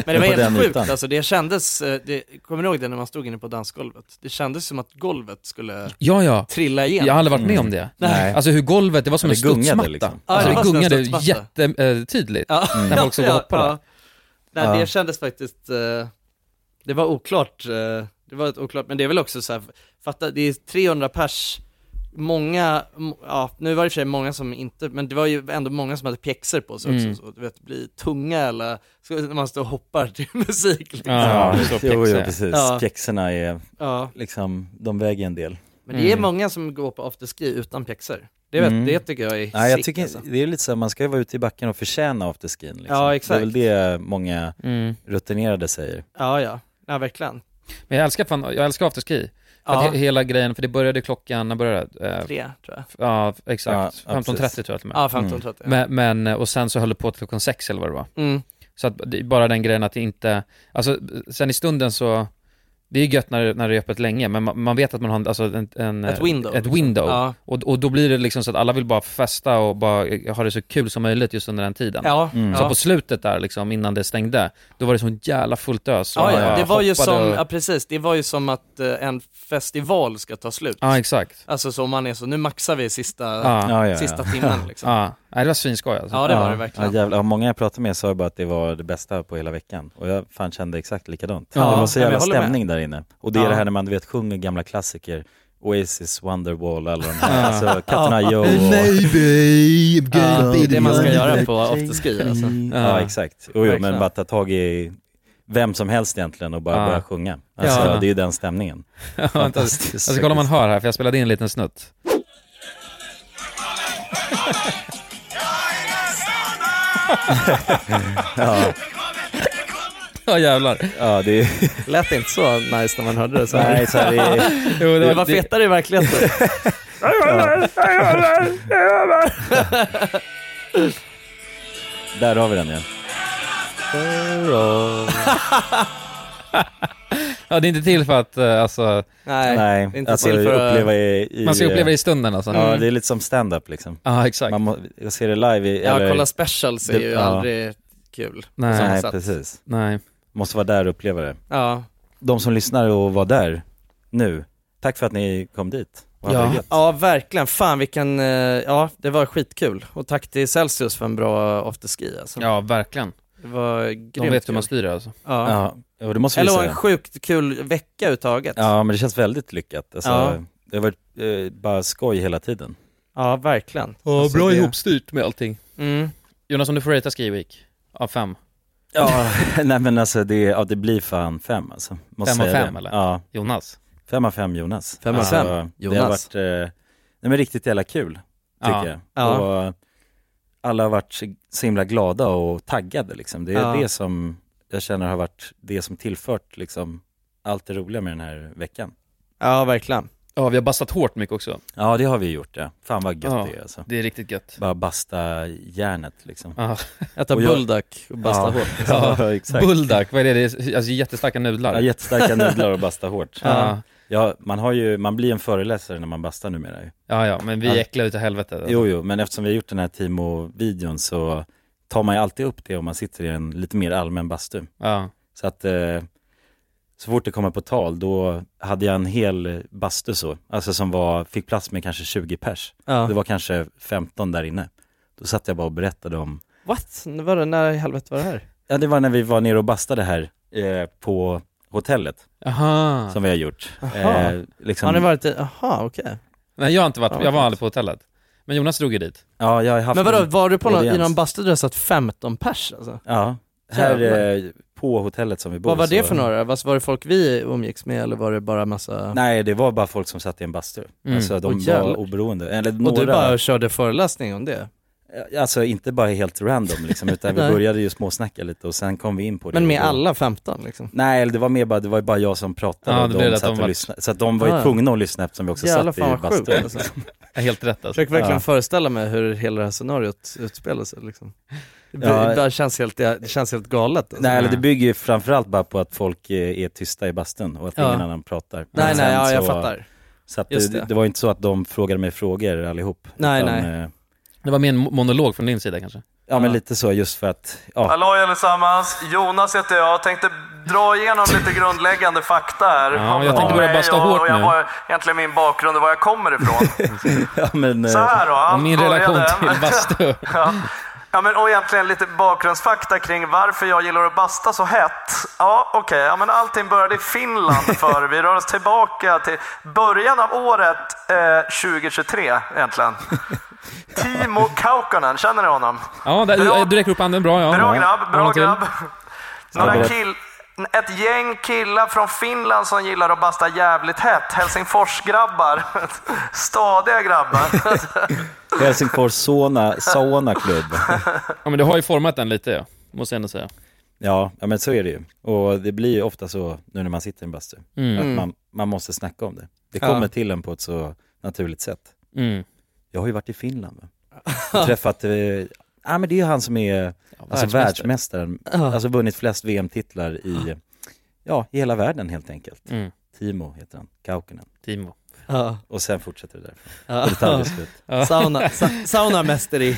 A: Men det var
B: På den
A: helt sjukt
B: ytan.
A: alltså, det kändes, eh, det, kommer ni ihåg det när man stod inne på dansgolvet? Det kändes som att golvet skulle
C: Ja, ja.
A: trilla igen.
C: Jag har aldrig varit med
B: Mm.
C: om det.
B: Nej.
C: Alltså hur golvet, det var som
B: Ja,
C: en
B: det gungade
C: studsmatta.
B: liksom.
A: Ja,
C: alltså,
A: det var
C: det
A: som en
C: gungade
A: studsmatta.
C: jättetydligt.
A: Ja,
B: Mm.
C: När folk såg och hoppade.
A: Nej,
B: Ja.
A: det kändes faktiskt, eh, det var oklart, eh, det var ett oklart, men det är väl också så här, fatta, det är 300 pers, många, m- ja nu var det i och för sig många som inte, men det var ju ändå många som hade pjäxor på sig
C: Mm.
A: också, så, du vet, bli tunga eller, så, när man står och hoppar till musik liksom. ja.
C: Ja,
B: Ja,
C: så
B: jo, jo,
C: pjäxor.
B: precis.
A: Ja.
B: Pjäxorna är liksom, de väger en del.
A: Men det är
C: Mm.
A: många som går på afterski utan pjäxor, det, vet,
B: Mm.
A: det tycker jag är
B: Nej, jag
A: sick,
B: tycker,
A: alltså.
B: det är lite så här, man ska ju vara ute i backen och förtjäna afterskin. Liksom.
A: Ja, exakt.
B: Det är väl det många
C: Mm.
B: rutinerade säger.
A: Ja, ja, ja verkligen.
C: Men jag älskar, fan, jag älskar afterski. För
A: Ja,
C: att he- hela grejen, för det började klockan, när började det? Eh,
A: tre tror jag.
C: Ja, exakt.
B: Ja,
C: 15.30
B: precis.
C: tror jag till och med.
A: Ja, 15-30.
C: Men, men, eh, och sen så höll det på till klockan sex eller vad det var.
A: Mm.
C: Så att det är bara den grejen att det inte, alltså sen i stunden så, det är ju gött när, det- när det är öppet länge, men man, man vet att man har en, alltså en, en
A: Ett window. liksom.
C: Ett window.
A: Ja.
C: Och, och då blir det liksom så att alla vill bara festa och bara eh, ha det så kul som möjligt just under den tiden.
A: Ja,
C: Så
A: ja.
C: på slutet där liksom, innan det stängde, då var det sån jävla fullt ös. Och
A: Ah, Ja,
C: alla
A: ja, det var ju
C: hoppade
A: som, ja
C: Och,
A: precis, det var ju som att eh, en festival ska ta slut.
C: ja, exakt.
A: Alltså så om man är så, nu maxar vi sista,
C: Ja, ja.
A: Ah,
B: Ja, ja, ja.
A: sista timmen liksom.
C: Nej, det var svinskoj alltså.
A: Ah. Ja, det var det
B: Ja,
A: verkligen.
B: jävlar, Ja, många jag pratade med sa ju bara att det var det bästa på hela veckan och jag fan kände exakt likadant.
A: Ja,
B: det var
A: nej,
B: så
A: men
B: jävla
A: jag håller med.
B: stämning där inne. Och det är
A: Ja.
B: det här när man du vet sjunger gamla klassiker, Oasis, Wonderwall, alla de här, alltså Katterna Joe och...
A: Ja, det är det man ska göra på afterski alltså.
B: Ja, exakt. Jo, jo,
C: Verkligen.
B: men bara ta tag i vem som helst egentligen och bara
C: Ja.
B: börja sjunga. Alltså
C: Ja.
B: det är ju den stämningen.
A: alltså,
B: Alltså, Fantastiskt.
C: Jag ska Alltså, kolla om man hör här, för jag spelade in en liten snutt. Ja jävlar.
B: Ja, det är...
A: Lät inte så nice när man hörde det så här.
B: Nej, så här, det är...
C: Jo,
A: Det var fetare i verkligheten.
B: Där har vi den igen.
C: Ja, det är inte till för att, eh, alltså,
A: Nej,
B: Nej,
A: det är inte
B: alltså
A: till för att...
B: uppleva i... i
C: man ska uppleva det i stunden alltså.
B: Ja,
A: Mm.
B: det är lite som stand-up liksom.
C: Ja, exakt.
B: Man må, att se det live i,
A: Ja,
B: eller...
A: kolla specials är
B: Det-
A: ju
B: ja.
A: aldrig kul. på
C: Nej.
A: samma
B: Nej,
A: sätt.
B: precis.
C: Nej.
B: Måste vara där och uppleva det.
A: Ja.
B: De som lyssnar och var där nu, tack för att ni kom dit. Vad
C: Ja.
B: hade det gött.
A: Ja, verkligen. Fan vilken, eh, ja det var skitkul. Och tack till Celsius för en bra afterski alltså.
C: Ja, verkligen.
A: Det var grymt
C: De vet hur
A: kul.
C: man styr det alltså.
A: Ja.
B: Ja, och det måste vi
A: Eller en
B: säga.
A: sjukt kul vecka uttaget.
B: Ja, men det känns väldigt lyckat. Alltså,
A: Ja.
B: Det har varit eh, bara skoj hela tiden.
A: Ja, verkligen.
C: Ja,
A: bra
C: ihopstyrt med allting.
A: Mm.
C: Jonas, om du får rata Ski Week av fem.
B: Ja, nej men alltså det, ja, det blir fan fem alltså. Måste
C: Fem av
B: säga
C: fem,
B: det.
C: eller?
B: Ja,
C: Jonas?
B: fem av fem Jonas.
A: Fem av
B: Alltså,
A: fem,
B: Det har
A: Jonas.
B: varit, eh, nej men riktigt jävla kul, tycker
C: Ja.
B: jag.
A: Ja.
B: Och, alla har varit så- så himla glada och taggade liksom. Det är
A: Ja.
B: det som jag känner har varit det som tillfört liksom allt det roliga med den här veckan.
A: Ja, verkligen.
C: Ja, vi har bastat hårt mycket också.
B: Ja det har vi gjort ja. Fan vad gött
C: Ja.
B: det är alltså.
C: Det är riktigt gött.
B: Bara basta järnet liksom.
C: Ja.
A: Äta
B: Och jag-
A: buldak och basta
B: Ja.
A: hårt.
B: Ja, exakt.
C: Buldak, vad är det? det är, alltså jättestarka nudlar.
B: Ja, jättestarka nudlar och basta hårt.
C: ja.
B: Ja, man, har ju, man blir en föreläsare när man bastar numera ju.
C: ja, ja, men vi är äckliga utav helvete.
B: Jo, jo, men eftersom vi har gjort den här Timo-videon så tar man ju alltid upp det om man sitter i en lite mer allmän bastu.
C: Ja.
B: Så att eh, så fort det kommer på tal, då hade jag en hel bastu så, alltså som var, fick plats med kanske 20 pers. Det
A: Ja.
B: var kanske 15 där inne. Då satt jag bara och berättade om,
A: What? Var det, när i helvete var det här?
B: ja det var när vi var nere och bastade här eh, på hotellet
C: Aha.
B: som vi har gjort.
A: Aha.
B: liksom,
A: Har ni varit i, aha okej.
C: Nej, jag har inte varit,
A: Ja,
C: jag var
A: vad
C: aldrig på hotellet. Men Jonas drog ju dit.
B: ja, jag har haft
A: Men vadå, var du på någon, i
B: audiens.
A: någon bastu där det satt 15 pers alltså?
B: Ja, här
A: Jävlar.
B: eh, på hotellet som vi bor
A: Vad var det
B: så-
A: för några? Vad- Var det folk vi umgicks med eller var det bara massa...
B: Nej, det var bara folk som satt i en bastu.
C: Mm.
B: Alltså de
A: Åh, jävlar.
B: var oberoende. Eller
A: och
B: några,
A: du bara körde föreläsning om det?
B: alltså inte bara helt random liksom, utan vi
A: Nej.
B: började ju småsnacka lite och sen kom vi in på det.
A: Men med
B: Och då-
A: alla 15 liksom?
B: Nej, eller det var mer bara, det var ju bara jag som pratade
C: Ja,
B: och
C: det
B: de
C: blev det att
B: satt
C: de
B: och
C: var-
B: lyssnade. Så att de var ju
A: Ja.
B: tvungna att lyssna eftersom vi också
A: Ah. Jävlar fan
B: satt i
A: vad sjukt
B: bastun.
A: alltså.
C: Ja, Helt rätt alltså.
A: Försök verkligen
B: Ja.
A: föreställa mig hur hela det här scenariot utspelar sig liksom. Det,
B: Ja.
A: det bara känns helt, det känns helt galet alltså.
B: Nej, eller det bygger ju framförallt bara på att folk eh, är tysta i bastun och att
A: Ja.
B: ingen annan pratar. Men
A: nej,
B: sen
A: nej ja, jag
B: så-
A: fattar.
B: Så att
A: Just
B: det,
A: det.
B: det var ju inte så att de frågade mig frågor allihop.
A: Nej,
B: utan,
A: nej.
B: eh,
C: Det var mer en mo- monolog från din sida kanske.
B: Ja, men lite så just för att, ja.
A: Hallå allesammans, Jonas heter jag. Tänkte dra igenom lite grundläggande fakta här.
C: Ja, Om- jag tänkte om börja mig basta och- hårt och jag- nu. vad-
A: egentligen min bakgrund och var jag kommer ifrån.
B: ja men, eh,
A: då,
C: Om min relation till bastu.
A: Ja. ja, men och egentligen lite bakgrundsfakta kring varför jag gillar att basta så hett. Ja, okej, ja, men allting började i Finland för Vi rör oss tillbaka till början av året eh, 2023 egentligen. Timo Kaukonen, känner ni honom?
C: Ja, där,
A: Bra.
C: du, du räcker upp handen bra. Ja.
B: Ja.
A: Bra grabb,
C: Har
A: bra
C: någon till?
A: grabb. Några
B: berätta.
A: kill, ett gäng killar från Finland som gillar att basta jävligt hett. Helsingforsgrabbar. Stadiga grabbar.
B: Helsingfors sauna, sauna klubb.
C: Ja, men du har ju format den lite, ja. måste jag ändå säga.
B: Ja, ja, men så är det ju. Och det blir ju ofta så nu när man sitter i en bastu, att man, man måste snacka om det. Det kommer till en på ett så naturligt sätt.
C: Mm.
B: Jag har ju varit i Finland va? och träffat, eh, ja men det är ju han som är alltså, världsmästaren, alltså vunnit flest VM-titlar i, ja, i hela världen helt enkelt.
C: Mm.
B: Timo heter han, Kaukonen.
C: Timo.
B: Och sen fortsätter det därifrån. Och det tar aldrig slut.
A: Sauna, sa, saunamästeri.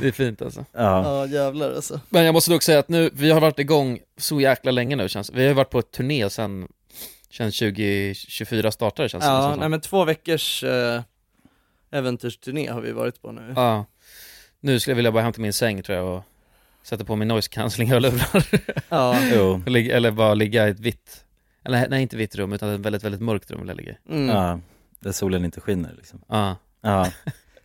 C: Det är fint alltså.
B: Ja.
A: Ja jävlar alltså.
C: Men jag måste dock säga att nu, vi har varit igång så jäkla länge nu känns Vi har ju varit på ett turné sen, sen 2024 startade känns det
A: Ja,
C: som.
A: nej men två veckors eh, äventyrsturné har vi varit på nu.
C: ja. Nu skulle jag vilja bara hämta min säng tror jag och sätta på min noise cancelling-hörlurar.
A: Ja,
B: Jo.
C: Och ligga- Eller bara ligga i ett vitt, eller nej inte vitt rum utan ett väldigt, väldigt mörkt rum vill jag ligga i.
A: mm,
B: Ja. Där solen inte skiner liksom.
C: Ja.
B: Ja.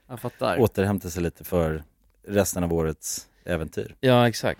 A: jag fattar.
B: återhämta sig lite för resten av årets äventyr.
C: ja, exakt.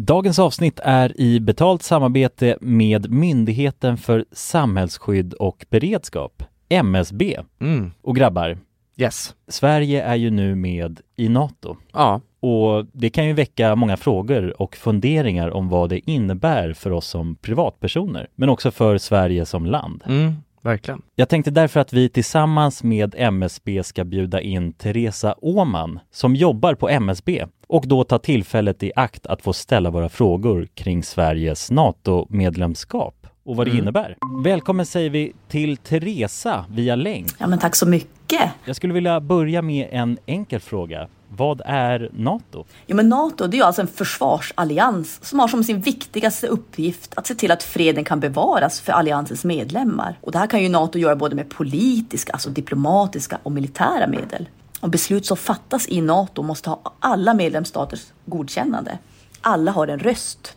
B: Dagens avsnitt är i betalt samarbete med Myndigheten för samhällsskydd och beredskap, MSB.
A: Mm.
B: Och grabbar,
A: Yes.
B: Sverige är ju nu med i NATO
A: Ja.
B: och det kan ju väcka många frågor och funderingar om vad det innebär för oss som privatpersoner, men också för Sverige som land.
A: Mm. Verkligen.
B: Jag tänkte därför att vi tillsammans med MSB ska bjuda in Teresa Åman som jobbar på MSB och då ta tillfället i akt att få ställa våra frågor kring Sveriges NATO-medlemskap och vad det
A: Mm.
B: innebär. Välkommen säger vi till Teresa via länk.
F: Ja, men tack så mycket.
B: Jag skulle vilja börja med en enkel fråga. Vad är NATO?
F: Jo, men Nato det är ju alltså en försvarsallians som har som sin viktigaste uppgift att se till att freden kan bevaras för alliansens medlemmar. Och det här kan ju Nato göra både med politiska, alltså diplomatiska och militära medel. Och beslut som fattas i Nato måste ha alla medlemsstaters godkännande. Alla har en röst.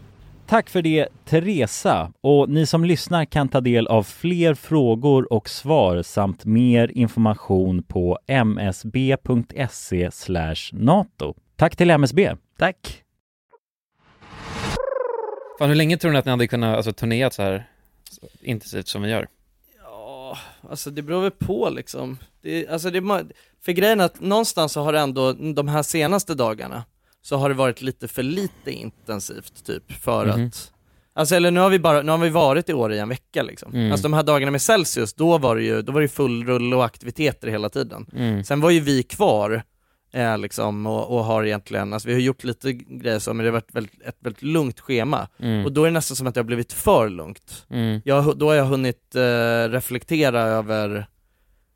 B: Tack för det Teresa och ni som lyssnar kan ta del av fler frågor och svar samt mer information på msb.se E nato. Tack till MSB.
A: Tack.
C: Fan, hur länge tror ni att ni hade kunnat alltså, turnerat så här så intensivt som vi gör?
A: Ja, alltså det beror väl på liksom. Det, alltså det, ma- för grejen är att någonstans så har det ändå, de här senaste dagarna, så har det varit lite för lite intensivt typ för
C: Mhm.
A: att Alltså eller nu har vi bara, nu har vi varit i år i en vecka liksom.
C: Mm.
A: Alltså de här dagarna med Celsius, då var det ju, då var det ju full rulle och aktiviteter hela tiden.
C: Mm.
A: Sen var ju vi kvar eh, liksom, och, och har egentligen, alltså, vi har gjort lite grejer så, men det har varit väldigt, ett väldigt lugnt schema.
C: Mm.
A: Och då är det nästan som att det har blivit för lugnt.
C: Mm.
A: Jag, har hu- då har jag hunnit eh, reflektera över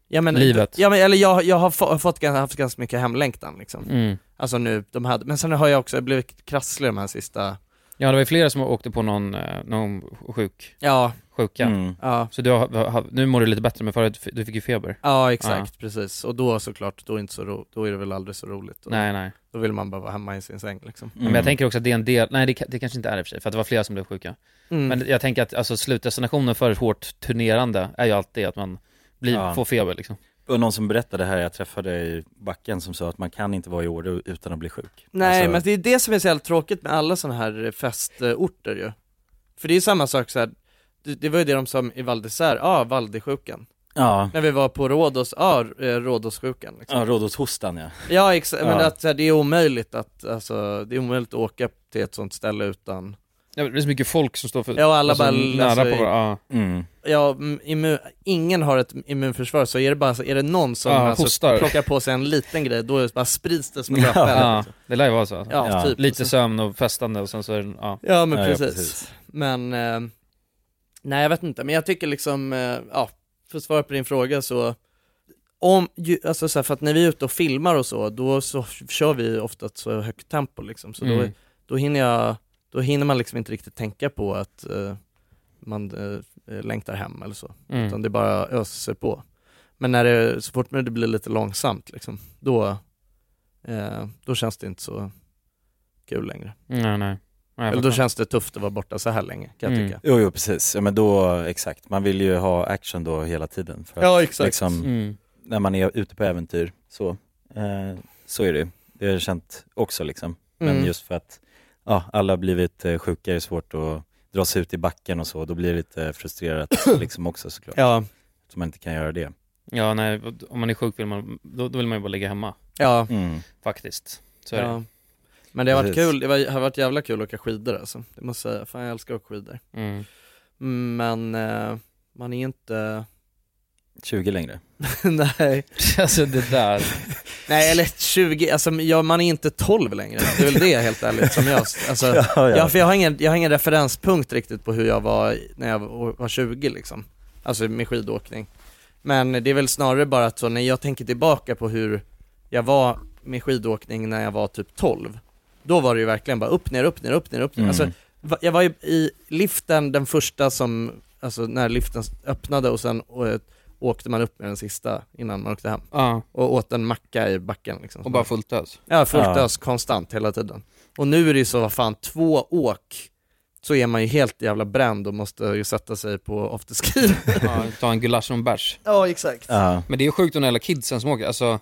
A: ja, men,
C: Livet.
A: Ja, men, eller jag, jag har få, fått, gans- haft ganska mycket hemlängtan liksom.
C: Mm.
A: Alltså nu, de här, men sen har jag också blivit krasslig de här sista,
C: Ja, det var ju flera som åkte på någon, eh, någon sjuk,
A: ja,
C: sjuka.
G: Mm.
A: ja,
C: Så du har, har, nu mår du lite bättre, men förut, du fick ju feber.
A: ja exakt, precis. Och då såklart, då är, det inte så ro, då är det väl aldrig så roligt. Då,
C: Nej, nej.
A: då vill man bara vara hemma i sin säng liksom.
C: Men jag tänker också att det är en del, nej det, ka- det kanske inte är det i och för sig, för att det var flera som blev sjuka.
A: Mm.
C: Men jag tänker att alltså, slutdestinationen för ett hårt turnerande är ju alltid att man blir,
G: Ja.
C: får feber liksom.
G: Och någon som berättade här, jag träffade i backen som sa att man kan inte vara i Åre utan att bli sjuk.
A: Nej
G: Alltså,
A: men det är det som är så jävla tråkigt med alla sådana här festorter ju För det är ju samma sak så här. Det, det var ju det de sa i Val d'Isère, ja ah, Valdisjukan
G: Ja,
A: När vi var på Rhodos, ja ah, Rhodossjukan liksom.
G: ja Rhodosostan ja.
A: Ja exakt, men
G: Ja.
A: att så här, det är omöjligt att, alltså, det är omöjligt att åka till ett sånt ställe utan
C: Ja, det är så mycket folk som står för,
A: Ja, och alla
C: alltså,
A: bara-
C: nära
A: alltså,
C: på varandra. Ja.
A: Ja, mm, immu- ingen har ett immunförsvar, så är det, bara, så är det någon som
C: Ja,
A: alltså,
C: hostar.
A: plockar på sig en liten grej, då är det bara sprids det som en
C: Ja,
A: löpeld.
C: ja, det lär ju vara så.
A: Ja, typ.
C: Lite sömn och festande och sen så är det, ja.
A: Ja men precis. Men, eh, nej jag vet inte, men jag tycker liksom, eh, ja, för att svara på din fråga så, om, ju, alltså så här, för att när vi är ute och filmar och så, då så f- kör vi ofta ett så högt tempo liksom, så då,
C: Mm.
A: då hinner jag, då hinner man liksom inte riktigt tänka på att eh, man eh, längtar hem eller så,
C: Mm.
A: utan det bara öser sig på. Men när det, så fort det blir lite långsamt liksom, då, eh, då känns det inte så kul längre.
C: Nej, nej. nej
A: Eller då känns det tufft att vara borta så här länge kan jag
C: Mm.
A: tycka.
B: Jo, jo precis. Ja, men då, exakt. Man vill ju ha action då hela tiden. För att,
A: Ja, exakt.
B: Liksom,
C: Mm.
B: När man är ute på äventyr, så, eh, så är det ju. Det har jag känt också liksom. Men
A: Mm.
B: just för att ja, alla har blivit eh, sjuka, det är svårt att dra sig ut i backen och så. Då blir det lite frustrerat liksom också såklart.
A: Ja,
B: Så man inte kan göra det.
C: Ja, nej, om man är sjuk vill man, då, då vill man ju bara ligga hemma,
A: ja,
B: Mm.
C: faktiskt. Så är
A: ja. Men det har varit
B: Precis.
A: kul, det var- har varit jävla kul att åka skidor alltså. Det måste jag säga, fan jag älskar att åka skidor.
C: det. Mm.
A: Men eh, man är inte,
B: 20 längre.
A: nej,
C: Alltså det där.
A: nej eller 20, alltså ja, man är inte 12 längre. Det är väl det helt ärligt som jag, alltså, ja, för jag har, ingen, jag har ingen referenspunkt riktigt på hur jag var i- när jag var var 20 liksom. Alltså med skidåkning. Men det är väl snarare bara att så när jag tänker tillbaka på hur jag var med skidåkning när jag var typ 12 Då var det ju verkligen bara upp, ner, upp, ner, upp, ner, upp, ner.
B: Mm.
A: Alltså, va- jag var ju i liften den första som, alltså när liften öppnade och sen och, eh, åkte man upp med den sista innan man åkte hem.
C: Ja,
A: Och åt en macka i backen liksom.
C: och bara fullt ös.
A: Ja, fullt
B: Ja.
A: ös konstant hela tiden. Och nu är det ju så, vad fan, två åk så är man ju helt jävla bränd och måste ju sätta sig på afterski.
C: Ja, ta en gulasch och en bärs.
A: ja, exakt.
B: Ja,
C: Men det är sjukt när alla kidsen som åker, alltså,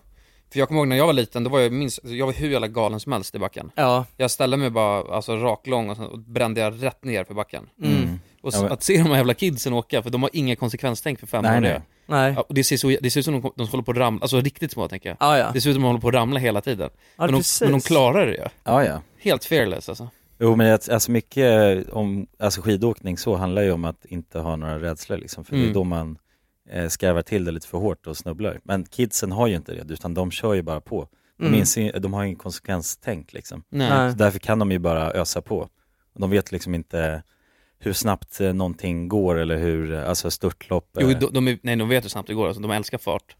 C: för jag kommer ihåg när jag var liten, då var jag, minst, alltså, jag var hur jävla galen som helst i backen.
A: Ja,
C: Jag ställde mig bara alltså, raklång och, sen, och brände jag rätt ner för backen.
A: mm.
C: Och
B: Ja,
C: s-
B: men-
C: att se de här jävla kidsen åka, för de har inga konsekvenstänk för fem
B: Nej,
C: år.
B: nej.
A: nej.
C: Ja, och det ser, så, det ser ut som de, de håller på att ramla, alltså riktigt små tänker jag.
A: Ja, ja.
C: Det ser ut som de håller på att ramla hela tiden.
A: ja
C: men, de,
A: precis.
C: men de klarar det ju.
B: ja. ja.
C: Helt fearless alltså.
B: Jo men att- alltså mycket eh, om, alltså skidåkning så handlar ju om att inte ha några rädslor liksom, för det
C: Mm.
B: är då man eh, skarvar till det lite för hårt och snubblar. Men kidsen har ju inte det, utan de kör ju bara på. De,
A: Mm.
B: inser, de har ju ingen konsekvenstänk liksom.
C: Nej.
A: Nej.
B: Så därför kan de ju bara ösa på. Och De vet liksom inte hur snabbt eh, någonting går eller hur, eh, alltså störtlopp. eh,
C: Jo, de, de, är- nej, de vet hur snabbt det går alltså. De älskar fart.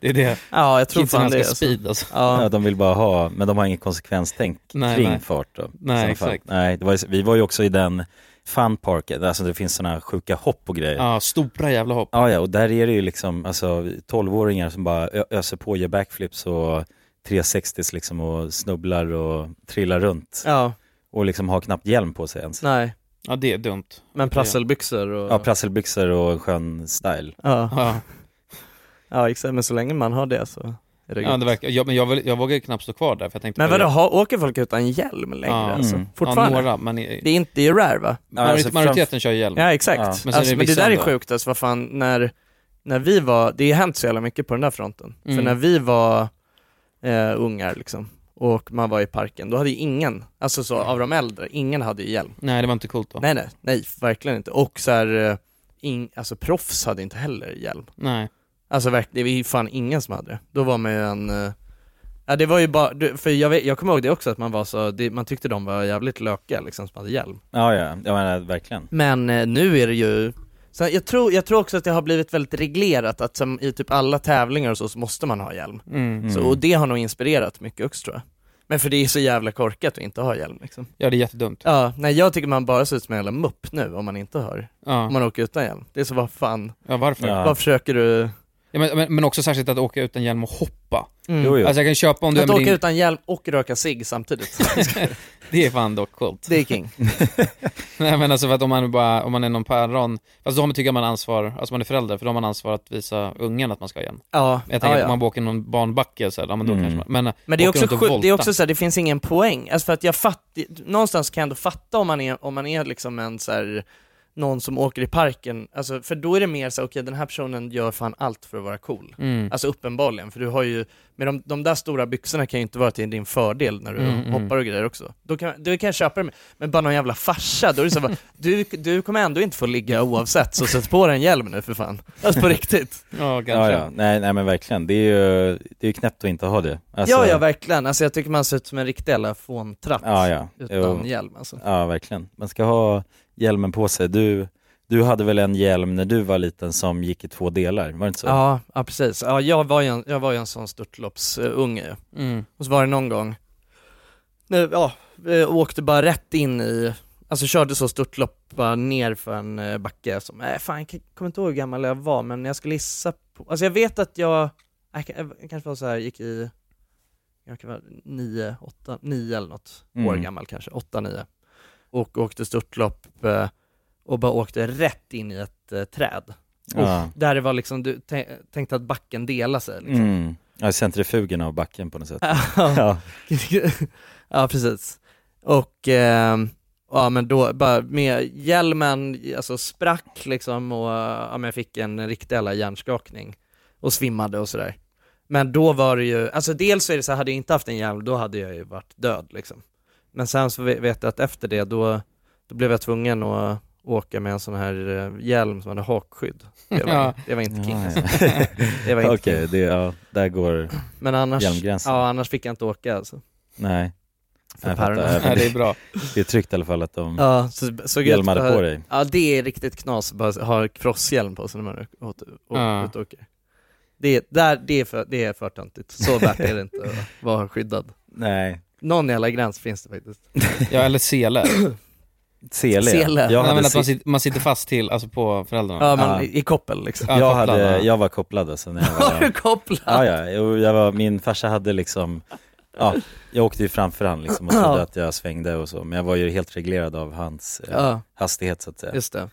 C: det är det.
A: Ja, jag tror
C: Kidsen
A: fan
C: älskar
A: det.
C: det,
A: Alltså.
C: speed alltså.
B: Ja,
A: Ja,
B: de vill bara ha, men de har ingen konsekvenstänk
C: Nej,
B: kring
C: nej.
B: fart då. i
C: Nej,
B: sådana fall.
C: exakt.
B: Nej, det var, ju- vi var ju också i den funparken, alltså det finns sådana sjuka hopp och grejer.
C: Ja, stora jävla hopp.
B: Ja, ja, och där är det ju liksom alltså, 12-åringar som bara ö- öser på, gör backflips och 360s liksom och snubblar och trillar runt
A: ja,
B: och liksom har knappt hjälm på sig ens.
A: nej.
C: Ja, det är dumt.
A: Men prasselbyxor och...
B: Ja, prasselbyxor och en skön style.
A: ja.
C: Ja,
A: ja, exakt. Men så länge man har det så är det
C: ja
A: gött.
C: det verkar, jag, men jag, vill, jag vågar ju knappt stå kvar där för jag tänkte
A: Men
C: på det.
A: vadå, ha, åker folk utan hjälm längre
C: Ja.
A: alltså?
B: Mm.
A: Fortfarande?
C: Ja, några, men i-
A: Det är inte, det är rare va?
C: majoritet-
B: alltså, fram-
C: majoriteten kör hjälm.
A: Ja, exakt.
B: Ja. Men
A: Alltså,
B: sen
C: är
A: Men,
C: det
A: det
C: vissa
A: där är
C: ändå.
A: sjukt alltså, vad fan, när, när vi var, det har hänt så jävla mycket på den där fronten. För
C: Mm.
A: när vi var eh, ungar liksom, och man var i parken, då hade ju ingen, alltså så av de äldre, ingen hade ju hjälm.
C: Nej, det var inte coolt då. Nej.
A: Nej nej, nej verkligen inte. Och så här, eh, in, alltså proffs hade inte heller hjälm. Alltså verkligen, det var ju fan ingen som hade det. Då var man ju en, eh, ja det var ju bara, du- för jag, vet, jag kommer ihåg det också att man var så, det, man tyckte de var jävligt lökiga liksom som hade hjälm.
B: Ja, ja, jag menar verkligen.
A: Men eh, nu är det ju, så jag, tror, jag tror också att det har blivit väldigt reglerat att som, i typ alla tävlingar och så, så måste man ha hjälm.
C: Mm.
A: Så, och det har nog inspirerat mycket också tror jag. Men för det är så jävla korkat att inte ha hjälm liksom.
C: Ja, det är jättedumt.
A: Ja, nej jag tycker man bara ser ut som en jävla mupp nu om man inte har, om
C: Ja,
A: man åker utan hjälm. Det är så, vad fan,
C: ja varför? Ja.
B: Ja.
A: vad försöker du?
C: men, men, men också särskilt att åka utan hjälm och hoppa.
A: Mm.
B: Jo, jo.
C: Alltså jag kan köpa om du är
A: Att åka
C: med din...
A: utan hjälm och röka cigg samtidigt,
C: Det är fan dock coolt.
A: det är king.
C: Nej men alltså för att om man bara, om man är någon päron, fast då har man- tycker jag man har ansvar, alltså man är förälder, för då har man ansvar att visa ungen att man ska ha hjälm.
A: Ja,
C: Jag tänker
A: ja,
C: att
A: ja.
C: om man bara åker någon barnbacke så här, ja, men då
B: Mm.
C: kanske man, men,
A: Men det är
C: åker
A: också
C: runt och
A: sjukt, det är
C: volta.
A: också så här, det finns ingen poäng. Alltså för att jag fatt, någonstans kan jag ändå fatta om man är, om man är liksom en så här någon som åker i parken, alltså, för då är det mer så här, okej den här personen gör fan allt för att vara cool.
C: Mm.
A: Alltså uppenbarligen, för du har ju, med de, de där stora byxorna kan ju inte vara till din fördel när du
C: Mm, mm.
A: hoppar och grejer också. Då kan, då kan jag köpa det, med- men bara någon jävla farsa, då är det så här, bara, du, du kommer ändå inte få ligga oavsett, så sätt på dig en hjälm nu för fan. Alltså på riktigt.
C: Ja,
B: Ja,
C: kanske.
B: ja. Nej, nej men verkligen, det är ju, det är ju knäppt att inte ha det. Alltså,
A: Ja, ja verkligen. Alltså jag tycker man ser ut som en riktig jävla fåntratt
B: Ja, ja.
A: utan
B: Jo.
A: hjälm alltså.
B: Ja, verkligen. Man ska ha hjälmen på sig. Du, du hade väl en hjälm när du var liten som gick i två delar, var det inte så?
A: Ja, ja precis. Ja, jag, var ju en, jag var ju en sån störtloppsunge ju.
C: Mm.
A: Och så var det någon gång, nu, ja, eh, åkte bara rätt in i, alltså körde så störtlopp bara ner för en eh, backe som, nej fan jag kan- kommer inte ihåg hur gammal jag var men jag skulle gissa på, alltså jag vet att jag, jag kan- jag kanske var så här, gick i, jag kan vara nio, åtta, nio eller något
B: Mm.
A: år gammal kanske, åtta, nio. Och åkte störtlopp eh, och bara åkte rätt in i ett eh, träd.
B: Ja.
A: Där det var liksom, du tä- tänkte att backen delar sig liksom.
B: Mm. Ja, centrifugen av backen på något sätt.
A: Ja.
B: Ja.
A: ja, precis. Och ehm, ja, men då bara med hjälmen, alltså sprack liksom och ja, men jag fick en riktig jävla hjärnskakning och svimmade och sådär. Men då var det ju, alltså dels så är det så här, hade jag inte haft en hjälm då hade jag ju varit död liksom. Men sen så ve- vet jag att efter det då, då blev jag tvungen att åka med en sån här eh, hjälm som hade hakskydd. Det var,
C: Ja.
A: det var inte king.
B: Ja,
A: alltså.
B: ja.
A: Det var
B: Okej,
A: inte
B: det, ja, där går
A: Men annars,
B: hjälmgränsen.
A: ja, annars fick jag inte åka alltså.
B: Nej.
A: För
B: Jag fattar.
A: päronen.
C: Ja, det är bra.
B: Det är tryggt i alla fall att de
A: Ja, så, så gött
B: hjälmade
A: bara-
B: på dig.
A: Ja, det är riktigt knas att bara ha crosshjälm på sig när man är åt- å-
C: Ja.
A: ute och åker. Det, där, det, är för, det är för töntigt. Så värt är det inte att vara skyddad.
B: Nej,
A: Någon jävla gräns finns det faktiskt.
C: Ja, eller sele.
B: sele.
A: Sele.
B: Jag
C: Nej, men
B: hade,
C: att
B: se-
C: man, sitter, man sitter fast till, alltså på föräldrarna.
A: Ja, men
B: Ja.
A: i i koppel liksom.
C: Ja,
B: jag,
C: kopplad,
B: hade,
C: ja.
B: jag var kopplad alltså när jag
A: Har
B: var
A: du kopplat?
B: Ja, ja. Jo, Jag var, min farsa hade liksom, ja, jag åkte ju framför han liksom och trodde
A: Ja.
B: att jag svängde och så, men jag var ju helt reglerad av hans eh,
A: Ja,
B: hastighet så att säga.
A: just det.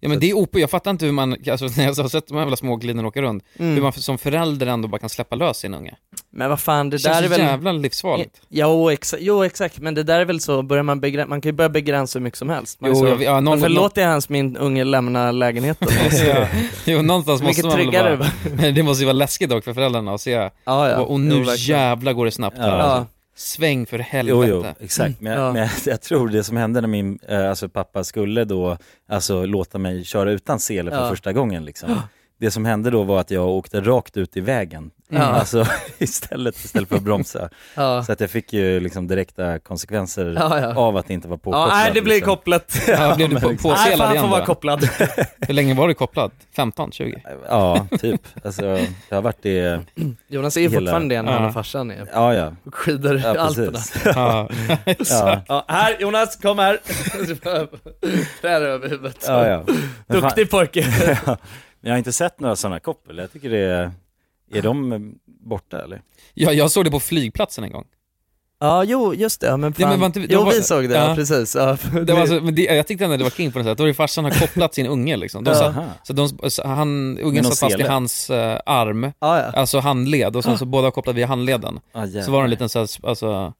C: Ja men det är OP, jag fattar inte hur man, alltså när jag har sett de här jävla småglidorna åka runt, hur
A: Mm.
C: man som förälder ändå bara kan släppa lös sin unge.
A: Men vad fan, det,
C: Det,
A: där
C: känns
A: är
C: så
A: väl...
C: jävla livsfarligt.
A: Jo, exa... jo, exakt. Men det där är väl så, börjar man, begrä... man kan ju börja begränsa hur mycket som helst. Man är
C: Jo,
A: så...
C: jag, ja, någon,
A: Varför låter jag ens min unge lämna lägenheten?
C: någon, ja, jo, någonstans måste
A: Mycket
C: man väl
A: tryggare.
C: bara, men det måste ju vara läskigt dock för föräldrarna att se,
A: ja, ja.
C: och, och nu
A: Jo, verkligen.
C: jävla går det snabbt här. alltså.
B: Ja.
A: Ja.
C: Sväng för helvete.
B: Jo, jo, exakt. Men, jag,
A: Ja.
B: men jag, jag tror det som hände när min eh, alltså, pappa skulle då, alltså låta mig köra utan sele för
A: Ja.
B: första gången liksom. Det som hände då var att jag åkte rakt ut i vägen,
A: Ja.
B: alltså istället, istället för att bromsa.
A: Ja,
B: Så att jag fick ju liksom direkta konsekvenser
A: ja. ja.
B: av att inte vara
A: ja
B: påkopplad.
A: nej, det blir
B: liksom.
A: kopplat.
C: Ja, blev du på,
A: Nej,
C: påselad
A: fan
C: igen
A: får vara
C: då?
A: kopplad.
C: Hur länge var du kopplad? 15, 20?
B: Ja, typ. Alltså, jag har varit det,
A: Jonas är ju
B: Hela-
A: fortfarande det när han
C: Ja.
A: och farsan är
B: ja ja.
A: på skidor i
B: Ja,
A: Alperna.
B: precis.
C: Ja,
B: Ja,
A: Ja, här Jonas, kom här! Trär över huvudet.
B: ja, ja. Men fan-
A: Duktig pojke.
B: Ja. Men jag har inte sett några sådana koppel. Jag tycker det är, är de eh, borta eller?
C: ja jag såg det på flygplatsen en gång.
A: Ja, jo, just det. Ja, Men fan.
C: Ja, men var inte- de
A: jo,
C: var-
A: vi såg det, ja,
C: Ja.
A: precis. Ja,
C: Det var alltså, men det, jag tyckte ändå det var king på något sätt, då var det farsan har kopplat sin unge liksom. De
A: Ja.
C: satt,
B: Aha.
C: så de, så han,
B: Men
C: ungen
B: de
C: satt fast i
B: sele?
C: hans eh, arm,
A: ja, ja.
C: alltså handled, och sen så
A: Ah.
C: båda kopplade via handleden.
B: Ah,
C: Så var det en liten så här, alltså,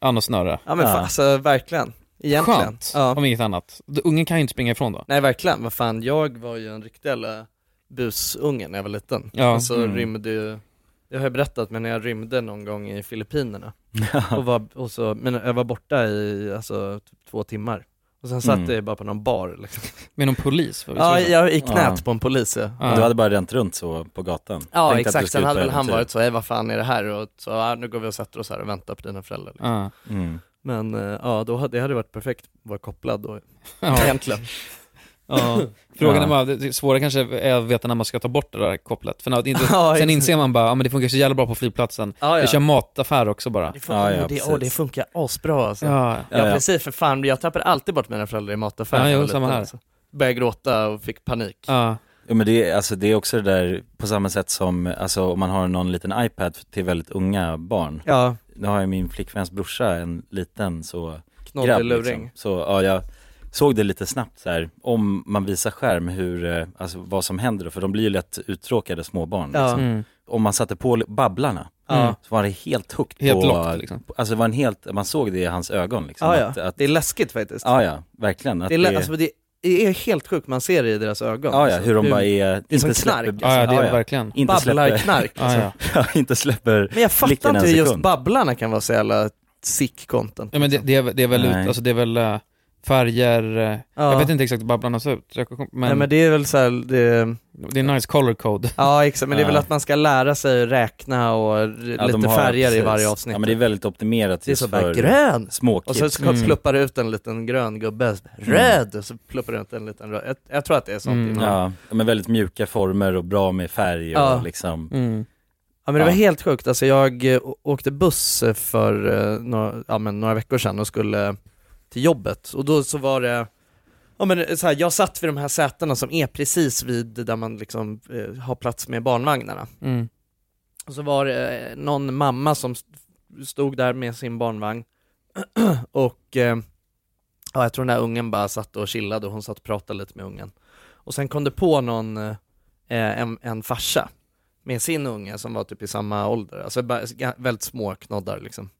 C: ann och snöre.
A: ja men
B: Ja.
A: fan, alltså verkligen. Egentligen.
C: Skönt,
A: Ja.
C: om inget annat. D- Ungen kan ju inte springa ifrån då.
A: Nej, verkligen. Vad fan, jag var ju en riktig jävla busunge när jag var liten.
C: Ja.
A: Och så
B: Mm.
A: Alltså, rymde ju, jag har ju berättat, men när jag rymde någon gång i Filippinerna.
B: jävlar.
A: och var, och så, men jag var borta i alltså, typ två timmar. Och sen satt
B: Mm.
A: jag bara på någon bar liksom.
C: Med någon polis? vad vi
A: Ja,
C: tror.
A: jag i knät
B: Ja.
A: på en polis ja.
C: Ja.
B: Du hade bara ränt runt så på
A: Ja
B: gatan? Tänkte att du
A: exakt,
B: skulle
A: sen hade
B: ut på
A: väl han
B: äventyr.
A: varit så, "Eh, vad fan är det här? Och så, "Ah, nu går vi och sätter oss här och väntar på dina föräldrar. Liksom.
C: Ja.
B: Mm.
A: Men eh, ja, då hade, det hade varit perfekt att vara kopplad då,
C: Ja.
A: egentligen.
C: Ja. Frågan är
B: Ja.
C: bara, det- det svåra kanske är att veta när man ska ta bort det där kopplet. För när, inte,
A: Ja,
C: sen
A: exakt.
C: inser man bara, ja men det funkar så jävla bra på flygplatsen.
A: Ja,
C: Vi kör
A: ja.
C: mataffär också bara.
A: Det, fun-
B: Ja, ja,
A: det-
B: precis.
A: åh, det funkar asbra alltså. Ja.
C: Ja.
B: Ja, ja.
A: precis, för fan, jag tappade alltid bort mina föräldrar i mataffären.
C: Ja,
A: när jag
C: jo,
A: var liten,
C: samma här.
A: alltså. Började gråta och fick panik.
C: Ja.
B: Ja, men det, är- alltså, det är också det där på samma sätt som alltså, om man har någon liten iPad till väldigt unga barn.
A: Ja,
B: Nu har ju min flickväns brorsa en liten så liksom.
A: knoddig luring.
B: Så ja, jag såg det lite snabbt så här, om man visar skärm hur, eh, alltså vad som händer då, för de blir ju lätt uttråkade småbarn.
A: Ja.
B: Liksom.
C: Mm.
B: Om man satte på li- Babblarna,
A: Ja.
B: så var det helt hooked
C: Helt
B: på,
C: lockt liksom.
B: alltså det var en helt, man såg det i hans ögon liksom.
A: Ja, ja.
B: Att, att,
A: Det är läskigt faktiskt.
B: ja, ja, verkligen. Att
A: det är, lä- alltså, det är det är helt sjukt, man ser det i deras ögon.
B: Ja, ja,
A: alltså.
B: hur de bara är,
A: det är som
B: inte släpper,
A: knark.
C: Ja, ja, det är det
B: ja.
C: verkligen.
B: Inte
A: Babblar
B: släpper-
A: knark, liksom.
C: Ja,
A: Alltså.
B: ja, inte släpper
A: Men jag fattar
B: blicken
A: inte
B: en
A: hur just
B: sekund.
A: babblarna kan vara så jävla liksom. sick content.
C: ja men det, det, är, det är väl, ut,
B: Nej.
C: alltså det är väl eh, färger, eh,
A: Ja.
C: jag vet inte exakt hur babblarna ser ut, jag, kom- men,
A: Nej men det är väl så här, det,
C: det är nice color code.
A: ja exakt, men det är väl
B: Ja.
A: att man ska lära sig räkna och r-
B: Ja, de
A: lite
B: har-
A: färger i
B: precis.
A: varje avsnitt.
B: Ja men det är väldigt optimerat
A: Det är
B: just
A: så
B: för
A: bara grön! Och
B: småkids.
A: så ska-
C: Mm.
A: pluppar det ut en liten grön gubbe, röd! Och så pluppar det ut en liten röd. Jag, jag tror att det är sånt.
C: Mm.
A: ibland.
B: Mm. Ja, men väldigt mjuka former och bra med färg och
A: Ja.
B: liksom
C: Mm.
A: Ja men det var
B: Ja.
A: helt sjukt, alltså jag eh, å- åkte buss eh, för eh, några, ja, men några veckor sedan och skulle eh, till jobbet och då så var det, ja men eh, så här, jag satt vid de här sätena som är precis vid där man liksom eh, har plats med barnvagnarna.
C: Mm.
A: Och så var det eh, någon mamma som st- stod där med sin barnvagn och eh, ja, jag tror den där ungen bara satt och chillade och hon satt och pratade lite med ungen. Och sen kom det på någon, eh, en, en farsa med sin unge som var typ i samma ålder, alltså bara ga- väldigt små knoddar liksom.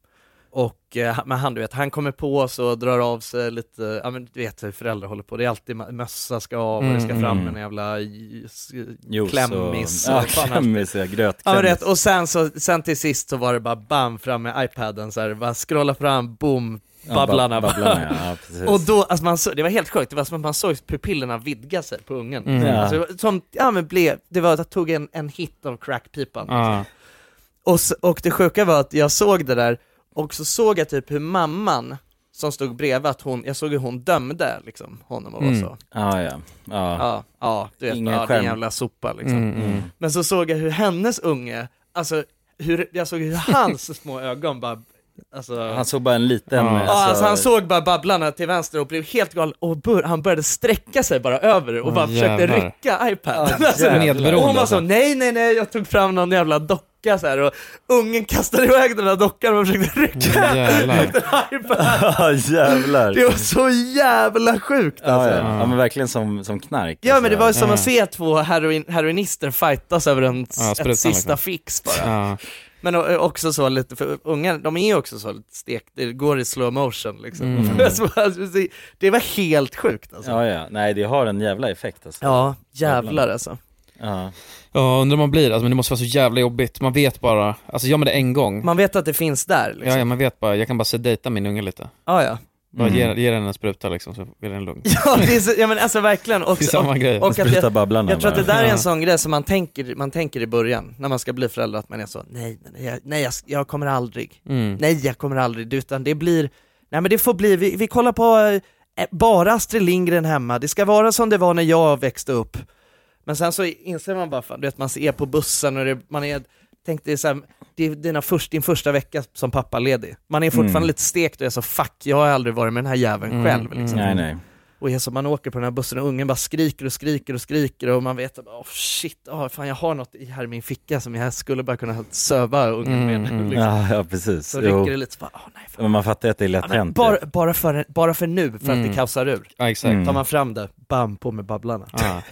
A: Och eh, men han, du vet, han kommer på oss och drar av sig lite, ja men du vet hur föräldrar håller på, det är alltid ma- mössa ska av och det ska
C: Mm,
A: fram
B: mm.
A: en jävla ljus-
B: juice
A: klämmis.
B: och,
A: och
B: ja,
A: vad fan han-
B: klämmis, ja, grötklämmis.
A: Ja men rätt, och sen, så, sen till sist så var det bara bam fram med iPaden så här, bara scrolla fram, boom,
B: Ja,
A: babblarna.
B: ba-
A: bara.
B: babblarna ja, ja, precis.
A: Och då, alltså man så, det var helt sjukt, det var som att man såg pupillerna vidga sig på ungen.
C: Mm.
B: Ja.
A: Alltså, det var som, ja men blev, det var att jag tog en, en hit av crackpipan.
C: Ja.
A: Och, s- och det sjuka var att jag såg det där, och så såg jag typ hur mamman som stod bredvid, att hon, jag såg hur hon dömde liksom, honom och var
C: Mm.
A: så.
B: ja, ja. ja.
A: Ja, ja du vet,
B: Ingen
A: ja, din
B: skärm.
A: jävla sopa liksom.
C: Mm. Mm.
B: Mm.
A: Men så såg jag hur hennes unge, alltså hur, jag såg hur hans små ögon bara, alltså,
B: Han såg bara en liten...
C: Ja.
A: ja, alltså han såg bara babblarna till vänster och blev helt galen och bör, han började sträcka sig bara över och
C: Åh,
A: bara försökte
C: jävlar.
A: rycka iPaden. alltså,
C: Medberoende
A: och hon var
C: alltså.
A: så, nej nej nej, jag tog fram någon jävla docka så här och ungen kastade iväg den där dockan och försökte rycka
C: Mm, Jävlar.
A: iPaden.
B: Ja, jävlar.
A: Det var så jävla sjukt
B: ja,
A: alltså.
B: ja. ja, men verkligen som, som knark. alltså.
A: Ja men det var ju som
C: Alltså, Ja.
A: att se två heroin, heroinister fightas över en,
C: Ja, sprutan,
A: ett sista
C: liksom.
A: fix bara.
C: Ja.
A: Men o- också så lite, för unga, de är ju också så lite stek, det går i slow motion liksom.
C: Mm.
A: Så, alltså, det- det var helt sjukt alltså. Ja,
B: Ja, ja. Nej, det har en jävla effekt alltså.
A: jävlar alltså.
B: Ja.
C: ja, undrar om man blir, alltså, men det måste vara så jävla jobbigt, man vet bara, alltså gör man det en gång,
A: Man vet att det finns där
C: ja,
A: liksom.
C: ja, man vet bara, jag kan bara sedata min unge lite.
A: Ja, ja.
C: Bara
B: Mm.
C: ge, ge den en spruta liksom, så blir den lugn.
A: Ja, det är så, ja men alltså verkligen. Och,
C: Det är samma
A: och,
C: grej.
A: och att
B: Spruta
A: jag,
B: babblarna
A: jag tror att det
B: bara.
A: där är
C: Ja.
A: en sån grej som man tänker, man tänker i början, när man ska bli förälder, att man är så, nej, nej, nej, nej jag, jag kommer aldrig.
C: Mm.
A: Nej, jag kommer aldrig, utan det blir, nej men det får bli, vi, vi kollar på eh, bara Astrid Lindgren hemma, det ska vara som det var när jag växte upp. Men sen så inser man bara, fan, du vet man är på bussen och det, man är, tänk dig så här, det är dina först, din första vecka som pappaledig. Man är fortfarande
B: Mm.
A: lite stekt och är så fuck, jag har aldrig varit med den här jäveln
C: Mm,
A: själv.
C: mm.
A: Liksom.
B: Nej, nej.
A: Och är så man åker på den här bussen och ungen bara skriker och skriker och skriker och man vet att oh shit, oh, fan jag har något i här i min ficka som jag skulle bara kunna söva ungen med.
C: Mm, mm.
A: Liksom.
B: Ja, ja precis.
A: Så
B: Jo.
A: rycker det lite så bara, åh nej. Fan.
B: Men man fattar ju att det är lätt
A: Ja, men
B: hänt.
A: bara, bara, för, bara för nu, för att
C: Mm.
A: det kaosar ur.
C: Ja, exakt.
B: Mm.
A: Tar man fram det, bam, på med babblarna.
C: Ja.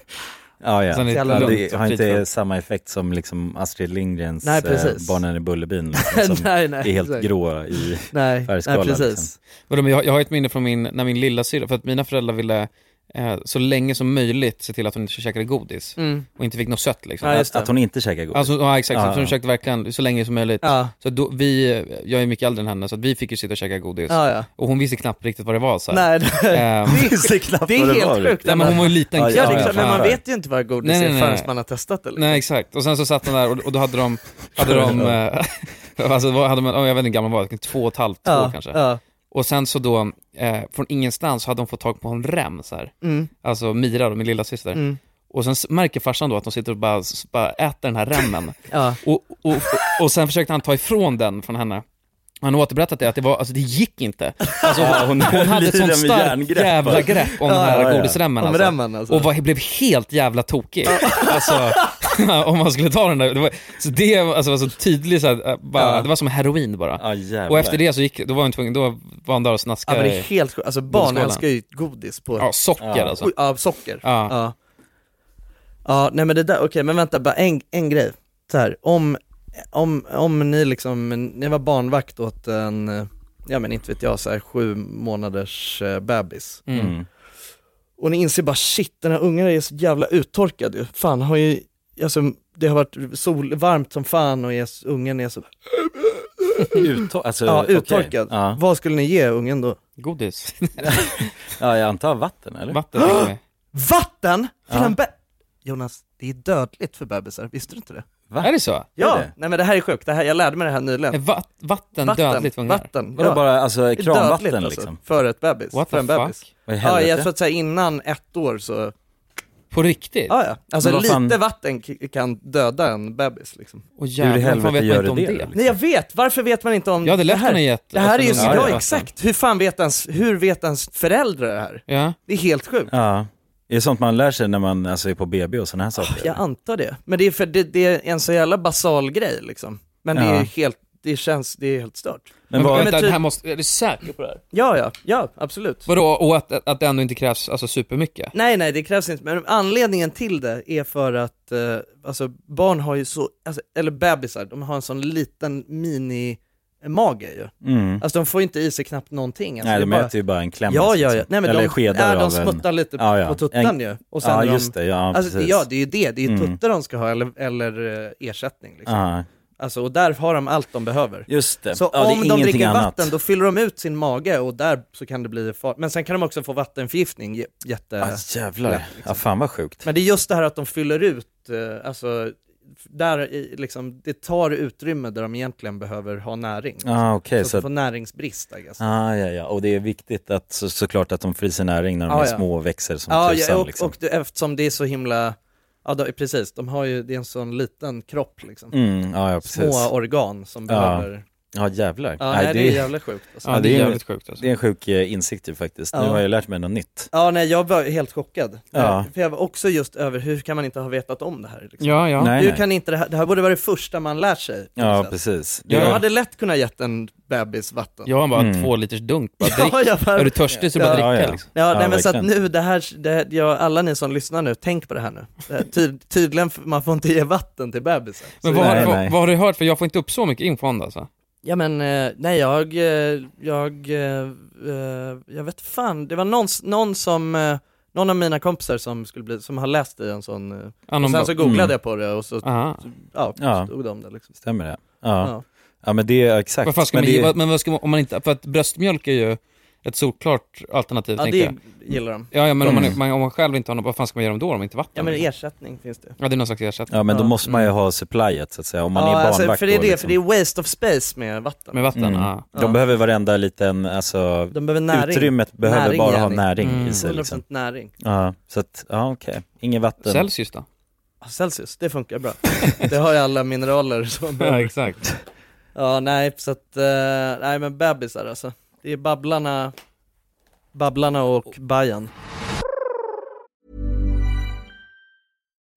B: Ja, ja.
C: Sen är det
B: ja
C: lugnt
B: det
C: och
B: har inte
C: fridfullt.
B: samma effekt som liksom Astrid Lindgrens
A: Nej,
B: eh,
A: precis.
B: Barnen i Bullerbyn liksom, som
A: nej, nej.
B: är helt
A: exakt.
B: grå i...
A: Nej, nej
B: färgskala,
A: precis.
B: liksom.
C: Vadå, men jag, jag har ett minne från min, när min lilla syster, för att mina föräldrar ville eh, så länge som möjligt se till att hon inte käkade godis
A: Mm.
C: och inte fick något sött liksom.
A: Ja, just
B: Att,
A: det.
B: att hon inte käkar godis.
C: Alltså, ja exakt,
B: Ja,
C: så hon
B: ja.
C: försökte verkligen så länge som möjligt.
A: Ja,
C: Så då, vi, jag är mycket äldre än henne, så att vi fick ju sitta och käka godis.
A: ja, ja.
C: Och hon visste knappt riktigt vad det var så här.
A: Nej, nej.
C: Ehm,
A: Det är-
B: visste knappt
A: det är
B: vad
A: helt
B: var,
A: sjukt.
B: riktigt.
C: nej men hon var ju liten.
B: Ja,
A: Ja,
B: ja,
A: det är
B: ja,
A: klart, men
B: fan.
A: Liksom, man vet ju inte vad godis
C: Nej, nej,
A: är
C: nej.
A: förrän man har testat det. Liksom.
C: Nej exakt, och sen så satt hon där och, och då hade de, hade de, eh, alltså, vad hade man, oh, jag vet inte hur gammal man var, två och ett halvt, två
A: ja,
C: kanske.
A: Ja.
C: Och sen så då, eh, från ingenstans så hade de fått tag på en rem så här.
A: Mm,
C: alltså Mira då, min lilla syster.
A: mm,
C: Och sen s- märker farsan då att de sitter och bara, s- bara äter den här remmen.
A: ja.
C: och, och, och, och sen försökte han ta ifrån den från henne. Han har återberättat det, att det, var, alltså, det gick inte. Alltså, hon, hon hade ett
B: Lirar
C: sånt
B: med
C: starkt
B: järngrepp,
C: jävla
B: va?
C: grepp om den
B: Ja, ja,
C: här
B: ja.
C: godisremmen.
A: Om
C: Alltså.
A: remmen alltså.
C: Och var, blev helt jävla tokig. Alltså, om man skulle ta den där. Det var, så det alltså, var så tydligt, så här, eh, bara,
A: Ja.
C: det var som heroin bara.
B: Ja, jävlar.
C: Och efter det så gick, då var han tvungen, då var han
A: Ja,
C: där och
A: men
C: snaskade
A: det är
C: i
A: helt sjukt. Alltså barn
C: Godisskålen.
A: älskar ju godis på
C: ja, socker
B: Ja.
C: alltså.
A: Oj, av socker.
C: Ja.
A: Ja. Ja, nej men det där, okej men vänta, bara en, en grej. Så här, om, om, om ni liksom, ni var barnvakt åt en, eh, ja men inte vet jag, så här, sju månaders eh, bebis.
C: Mm.
B: Mm.
A: Och ni inser bara shit, den här ungen är så jävla uttorkad ju. Fan, har ju, alltså, det har varit sol, varmt som fan och är, ungen är så...
B: Uttor- alltså,
A: ja,
B: okej.
A: uttorkad.
B: Ja.
A: Vad skulle ni ge ungen då?
C: Godis.
B: ja, jag antar vatten eller?
C: Vatten till och med.
A: Vatten? Till
B: Ja.
A: en bä- Jonas, det är dödligt för bebisar, visste du inte det?
B: Va?
C: Är det så?
A: Ja,
B: Är det?
A: nej men det här är sjukt, det här, jag lärde mig det här
C: Är
A: nyligen.
C: va- vatten,
A: Vatten,
C: dödligt för ungar?
A: vatten,
B: Vadå
A: ja.
B: bara, alltså
A: Det är
B: kranvatten
A: dödligt, alltså,
B: liksom?
A: För ett bebis,
C: What
A: för
C: the
A: en bebis.
C: fuck?
B: Vad i
A: Ja,
B: helvete?
A: jag tror att säga innan ett år så,
C: På riktigt?
A: ja ja. Alltså
B: Men vad
A: lite
B: fan-
A: vatten k- kan döda en bebis liksom.
B: Hur
C: Och
B: i
C: jävlar,
B: helvete
C: fan vet man
B: gör
C: inte om
B: det,
C: det?
B: liksom?
A: Nej jag vet, varför vet man inte om
C: Jag hade
A: det
C: lätt kunnat
A: här?
C: gett
A: Det här är ju,
C: vatten
A: så,
C: och
B: Ja,
A: ja,
C: vatten.
A: exakt, hur fan vet ens, hur vet ens föräldrar det här?
C: Ja.
A: Det är helt sjukt.
B: Ja. Det är sånt man lär sig när man alltså, är på BB och sådana här saker.
A: Jag antar det. Men det är för det, det är en så jävla basal grej liksom. Men det
B: Ja.
A: är helt, det känns, det är helt stört.
B: Men
C: Men
B: vad,
C: vänta,
A: typ-
C: det här måste, är du säker på det här?
A: Ja, ja, ja, absolut.
C: Vadå, och att, att det ändå inte krävs alltså, supermycket?
A: Nej, nej, det krävs inte. Men anledningen till det är för att eh, alltså, barn har ju så, alltså, eller bebisar, de har en sån liten mini-mage ju.
B: mm.
A: Alltså de får ju inte i sig knappt någonting. Alltså, det
B: Nej,
A: är
B: de
A: bara...
B: äter ju bara en kläm.
A: Ja, ja, ja.
B: liksom.
A: Nej, men
B: Eller
A: de,
B: skedar
A: nej, de
B: av en...
A: smuttar lite
B: Ja, ja.
A: på tuttan
B: En-
A: ju. Och sen
B: Ja,
A: de...
B: just det. Ja,
A: Alltså,
B: precis.
A: ja, det är ju det. Det är ju
B: Mm.
A: tuttar de ska ha eller, eller eh, ersättning. Liksom.
B: Ja,
A: Alltså, och där har de allt de behöver.
B: just det.
A: Så
B: ja, det är
A: om de
B: ingenting
A: dricker
B: annat.
A: vatten, då fyller de ut sin mage och där så kan det bli farligt. Men sen kan de också få vattenförgiftning, j- jätte...
B: Ah, jävlar.
A: lätt, liksom.
B: Ja, fan vad sjukt.
A: Men det är just det här att de fyller ut, eh, alltså, f- där i, liksom, det tar utrymme där de egentligen behöver ha näring.
B: Ja, ah, okej.
A: så,
B: så
A: att de får näringsbrist, I guess.
B: Ah, ja, ja. Och det är viktigt att så, såklart att de får i sig näring när de
A: Ja,
B: är
A: ja.
B: små och växer som
A: Ja,
B: tusan.
A: ja och,
B: liksom.
A: och det, eftersom det är så himla, ja då, precis, de har ju, det är en sån liten kropp liksom.
B: mm, ja, ja,
A: Små
B: precis.
A: organ som
B: Ja.
A: behöver,
B: Ja, jävlar.
A: ja,
B: nej,
A: nej, det är jävligt sjukt alltså.
C: Ja,
B: Ja,
C: det
B: det
C: är
B: är-
C: jävligt sjukt alltså.
B: det är en sjuk eh, insikt ju faktiskt. Nu
A: Ja.
B: har jag lärt mig något nytt.
A: Ja, nej jag var helt chockad. Eh,
B: Ja.
A: För jag var också just över, hur kan man inte ha vetat om det här? Liksom?
C: Ja, ja.
B: Nej,
A: hur
B: nej.
A: kan inte det här, det här borde vara det första man lär sig. på
B: Ja,
A: något sätt.
B: precis.
C: Ja,
A: Jag
B: Det-
A: hade lätt kunnat gett en bebis vatten.
C: Jag har bara
B: Mm.
C: två liters dunk bara, drick.
A: ja, jag bara,
C: Är du törstig så bara
A: Ja,
C: dricka
B: ja.
C: liksom.
A: Ja, nej, men så att
B: verkligen.
A: nu det här, det, ja, alla ni som lyssnar nu, tänk på det här nu. Det här, Tyd, tydligen, f- man får inte ge vatten till bebisar. Så
C: Men
A: det-
C: vad, har-
B: Nej,
C: vad,
B: nej.
C: vad har du hört? För jag får inte upp så mycket info om det alltså.
A: Ja men, eh, nej jag, eh, jag, eh, eh, jag vet fan, det var någon, s- någon som, eh, någon av mina kompisar som skulle bli, som har läst i en sån, eh, och sen så googlade
B: Mm.
A: jag på det och så,
C: Aha.
A: ja,
B: Ja.
A: stod det om det liksom.
B: Stämmer det? Ja. ja.
A: Ja.
B: men det är exakt.
C: Vad fan ska
B: men
C: man
B: det,
C: ge, vad- men vad ska man, om man inte, för att bröstmjölk är ju ett solklart alternativ
A: Ja
C: tänker
A: det
C: jag.
A: gillar de.
C: Ja, ja men om,
B: Mm.
C: man, man, om man själv inte har något, vad fan ska man ge dem då om inte vatten?
A: Ja men ersättning finns det.
C: Ja, det är någon slags ersättning.
B: Ja men då
A: Ja.
B: måste man ju ha supplyet så att säga, om man
A: Mm. ja, alltså,
B: är barnvakt
A: för det är
B: då,
A: det,
B: liksom.
A: för det är waste of space med vatten.
C: Med vatten,
B: Mm.
C: ja.
B: De behöver varenda liten, alltså
A: De behöver näring.
B: utrymmet behöver
A: Näring,
B: bara ha
A: Jenny.
B: näring
C: Mm.
B: i sig liksom.
A: 100% näring.
B: Ja, så att, ja okej, inget vatten.
C: Celsius då?
A: Ja, Ah, Celsius, det funkar bra. det har ju alla mineraler som
C: Ja, exakt.
A: Ja, nej, så att, eh, nej men bebisar alltså. Det är Babblarna, Babblarna och Bajen.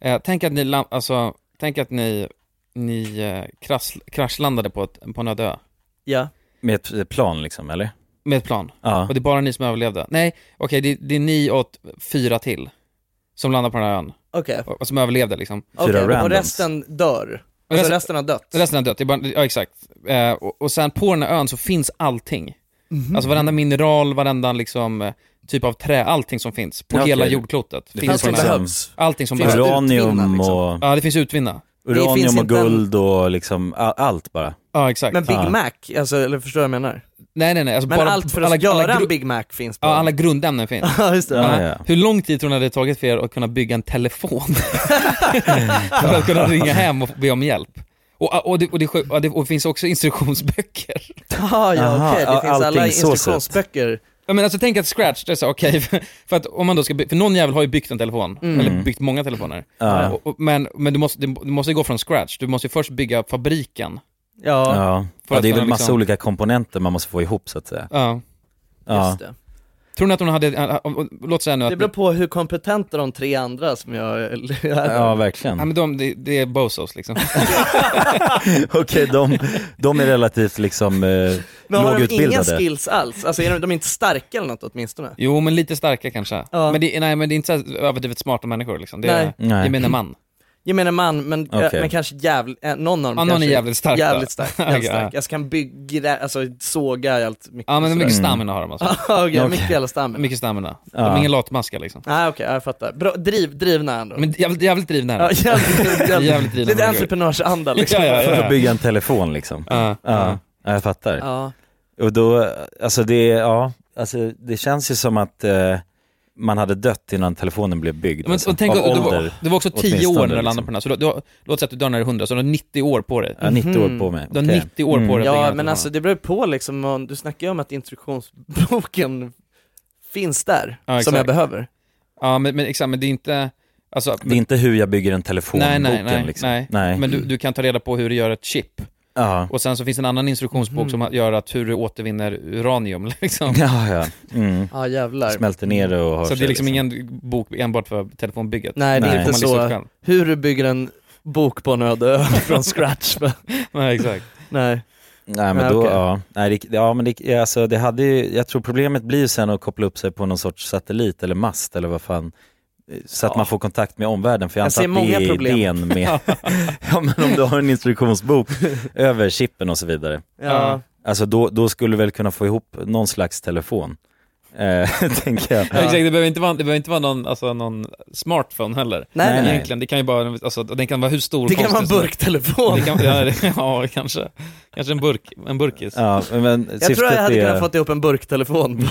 C: Eh, tänk att ni, lam- alltså, tänk att ni, ni eh, krasch, kraschlandade på, ett, på en öde ö
A: Ja.
B: Med ett eh, plan liksom, eller?
C: med ett plan.
B: Ja.
C: Och det är bara ni som överlevde. Nej, okej, det, det är ni och t- fyra till som landar på den här ön.
A: Okej.
C: Och, och som överlevde liksom.
A: Okej, och resten dör. Alltså resten har dött.
C: Resten har dött, det är bara, ja exakt. Eh, och, och sen på den här ön så finns allting.
A: Mhm.
C: Alltså varenda mineral, varenda liksom eh, typ av trä, allting som finns på
B: Ja, okej.
C: hela jordklotet.
B: Det finns
C: på den här
B: liksom-
C: ön. Allting som
B: Finns
C: behövs.
B: uranium utvinna, liksom. och-
C: Ja, det finns utvinna.
B: Uranium och guld och liksom all, allt bara.
C: Ja, exakt.
A: Men Big
B: Ja.
A: Mac, alltså, eller förstår jag vad jag menar?
C: Nej, nej, nej. Alltså
A: Men
C: bara,
A: allt för att göra en
C: gru-
A: Big Mac finns på
C: Ja, alla grundämnen finns.
A: Ja, just det. Ja, ja.
C: Hur lång tid tror ni det hade tagit för er att kunna bygga en telefon? för att kunna ringa hem och be om hjälp? Och, och, det, och, det, sjuk- och det och det finns också instruktionsböcker.
A: Ah, ja, Aha, okej, det ja, finns allting alla så instruktionsböcker.
C: Ja, men alltså tänk att Scratch, det är så, okej, för, för att om man då ska by- för någon jävel har ju byggt en telefon,
A: Mm.
C: eller byggt många telefoner.
B: Ja.
C: Och, och, men men du, måste, du måste ju gå från scratch, du måste ju först bygga fabriken.
A: Ja.
B: Ja.
C: För
B: ja,
C: att
B: det är väl
C: kunna
B: massa
C: liksom-
B: olika komponenter man måste få ihop så att säga.
C: Ja.
B: Ja.
A: Just det.
C: Tror ni att hon hade, låt säga nu att
A: Det beror på hur kompetenta de tre andra som jag är.
B: Ja, verkligen.
C: Ja, men de, det, det är bozos liksom.
B: Okej, de, de är relativt liksom eh,
A: Men har de inga
B: lågutbildade.
A: skills alls? Alltså är de, de är inte starka eller något åtminstone?
C: Jo, men lite starkare kanske.
A: Ja.
C: Men, det, nej, men det är inte så här överdrivet smarta människor liksom. Det är
A: Nej. Nej.
C: gemene man.
A: Jag menar man, men,
C: Okej.
A: eh, men kanske jävligt, någon av dem
C: Ja, någon är
A: kanske
C: jävligt stark då.
A: Jävligt stark,
C: Okej,
A: jävligt stark.
C: ja.
A: Alltså kan bygga, alltså såga allt mycket.
C: Ja, men mycket
A: sådär.
C: stamina har de alltså.
A: Ja, okej,
C: Okej.
A: mycket jävla stamina.
C: Mycket stamina.
A: Mm. Ja.
C: De är ingen latmaskar liksom.
A: Nej okej, ja, jag fattar. Bra, driv, drivna ändå.
C: Men jävligt, jävligt drivna.
A: Ja, jävligt, jävligt,
C: Jävligt drivna
A: Lite
C: människor.
A: entreprenörsanda liksom.
B: För att bygga en telefon liksom.
C: Ja,
B: ja. ja jag fattar.
A: Ja.
B: Och då, alltså det, ja, alltså det känns ju som att eh, man hade dött innan telefonen blev byggd.
C: Men,
B: alltså.
C: och tänk,
B: Av
C: du, var,
B: ålder,
C: du var också 10 år
B: åtminstone, liksom.
C: när du landade på den här, så du, du, har- låt säga att du dör när du är 100, så du har 90 år på dig.
B: Ja, 90 år på mig.
C: Du har
B: Okej. Mm.
C: 90 år på dig. att bygga
A: Ja
C: den
A: men
C: här
A: alltså det beror på liksom, om- du snackar ju om att instruktionsboken finns där,
C: telefonen. Ja,
A: som
C: exakt.
A: jag behöver.
C: Ja, men, men exakt, men det är inte... Alltså,
B: Det är inte hur jag bygger en telefon
C: nej, nej, nej,
B: liksom.
C: nej. Men du, du kan ta reda på hur du gör ett chip.
B: Ja.
C: Och sen så finns en annan instruktionsbok
A: Mm.
B: Mhm.
C: som gör att hur du återvinner uranium liksom.
B: Ja, ja. Mm.
A: Ja jävlar.
B: Smälter ner det och har
C: Så det
B: sig,
C: är liksom, ingen bok enbart för telefonbygget.
A: Nej det
C: Det
A: är inte
C: får man lista ut
A: så,
C: själv.
A: hur du bygger en bok på en öde ö från scratch. men-
C: Nej, exakt.
A: Nej.
B: Nej men
A: Nej,
B: då,
A: okej.
B: ja. Nej, det, ja men det, alltså, det hade ju, jag tror problemet blir ju sen att koppla upp sig på någon sorts satellit eller mast eller vad fan, eh, så att man får kontakt med omvärlden. För jag,
A: Jag
B: antar
A: ser
B: att
A: många
B: det är
A: problem.
B: idén med, ja men om du har en instruktionsbok över chippen och så vidare.
A: Ja.
B: Alltså då, då skulle du väl kunna få ihop någon slags telefon, eh, tänker jag.
C: Ja. Exakt, det behöver inte vara, det behöver inte vara någon, alltså, någon smartphone heller.
B: Nej, nej.
C: Egentligen, det kan ju bara, alltså, den kan vara hur stor
A: Det kan vara en
C: konstig som-
A: burktelefon.
C: Det kan, ja, det, ja, kanske. Kanske en, burk, en burkis.
B: Ja, men
A: Jag tror jag hade
B: är-
A: kunnat fått ihop en burktelefon.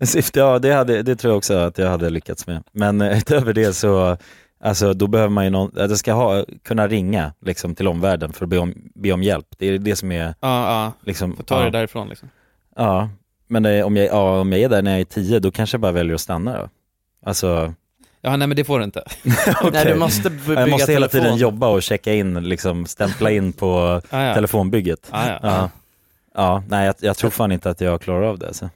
B: Syfte, ja det, hade, det tror jag också att jag hade lyckats med. Men eh, utöver det så, alltså då behöver man ju någon, att jag ska ha, kunna ringa liksom till omvärlden för att be om, be om hjälp. Det är det som är,
C: Ja, ja.
B: liksom,
C: Får ta det
B: ja.
C: därifrån liksom.
B: Ja, men eh, om jag, ja, om jag är där när jag är tio, då kanske jag bara väljer att stanna då. Alltså,
C: Ja, nej men det får du inte.
A: Nej, du måste b-
B: jag
A: bygga
B: måste hela
A: telefon.
B: tiden jobba och checka in, liksom stämpla in på
C: Ja, ja.
B: telefonbygget.
C: Ja, ja.
B: ja. Ja, nej jag, jag tror fan inte att jag klarar av det alltså.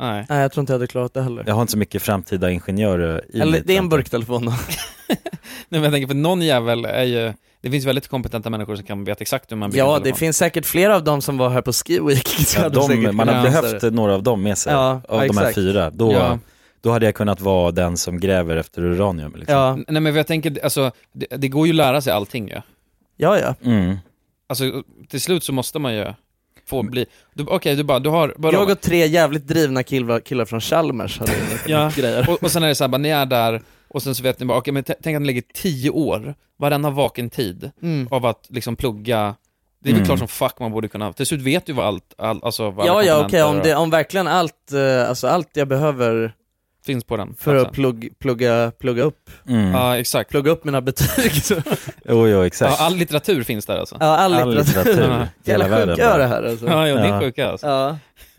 C: Nej.
A: Nej jag tror inte jag hade klarat det heller.
B: Jag har inte så mycket framtida ingenjörer i
A: Eller
B: mitt
A: det är en burktelefon då.
C: Nej men jag tänker, för någon jävel är ju, det finns väldigt kompetenta människor som kan veta exakt hur man bygger
A: Ja
C: en
A: det
C: telefon.
A: finns säkert flera av dem som var här på Ski Week. så
B: Ja,
A: hade säkert
B: de, man
A: kunnat
B: hade
A: lösa
B: behövt
A: det.
B: några av dem med sig,
A: Ja,
B: av
A: ja,
B: de här
A: exakt.
B: fyra. Då,
A: Ja.
B: då hade jag kunnat vara den som gräver efter uranium. Liksom.
A: Ja.
C: Nej men jag tänker, alltså, det, det går ju att lära sig allting ju.
A: Ja ja.
B: Mm.
C: Alltså, till slut så måste man ju få bli, du- okej du bara, du har, bara,
A: Jag och tre jävligt drivna killar, killar från Chalmers hade
C: ja,
A: grejer.
C: Och, och sen är det så här, bara, ni är där, och sen så vet ni bara, okej men t- tänk att ni lägger tio år, varannan vaken tid,
A: Mm.
C: av att liksom plugga, det är väl
A: Mm.
C: klart som fuck man borde kunna, till slut vet du vad allt, all, alltså vad alla
A: Ja ja okej,
C: komponenter
A: om,
C: och-
A: det- om verkligen allt, eh, alltså allt jag behöver
C: Finns på den
A: för att
B: Alltså.
C: platsen.
A: plugg, plugga, plugga upp,
B: Mm.
C: Ja, exakt.
A: plugga upp mina betyg. så-
B: Jo, jo, exakt.
C: Ja, all litteratur finns där alltså.
A: Ja, all All litteratur. litteratur.
C: Ja.
A: Jävla
B: Hela världen
A: sjuka
B: bara.
A: det här alltså.
C: Ja, ja, det är
B: Ja.
C: sjuka alltså.
A: Ja.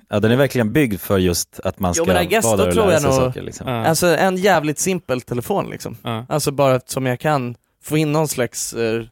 B: Ja, den är verkligen byggd för just att man ska
A: Jo men I guess,
B: vara där
A: då
B: och
A: tror
B: lära
A: jag
B: sig
A: nog,
B: saker. Liksom.
A: alltså en jävligt simpel telefon liksom.
C: Ja.
A: Alltså bara som jag kan få in någon slags eh,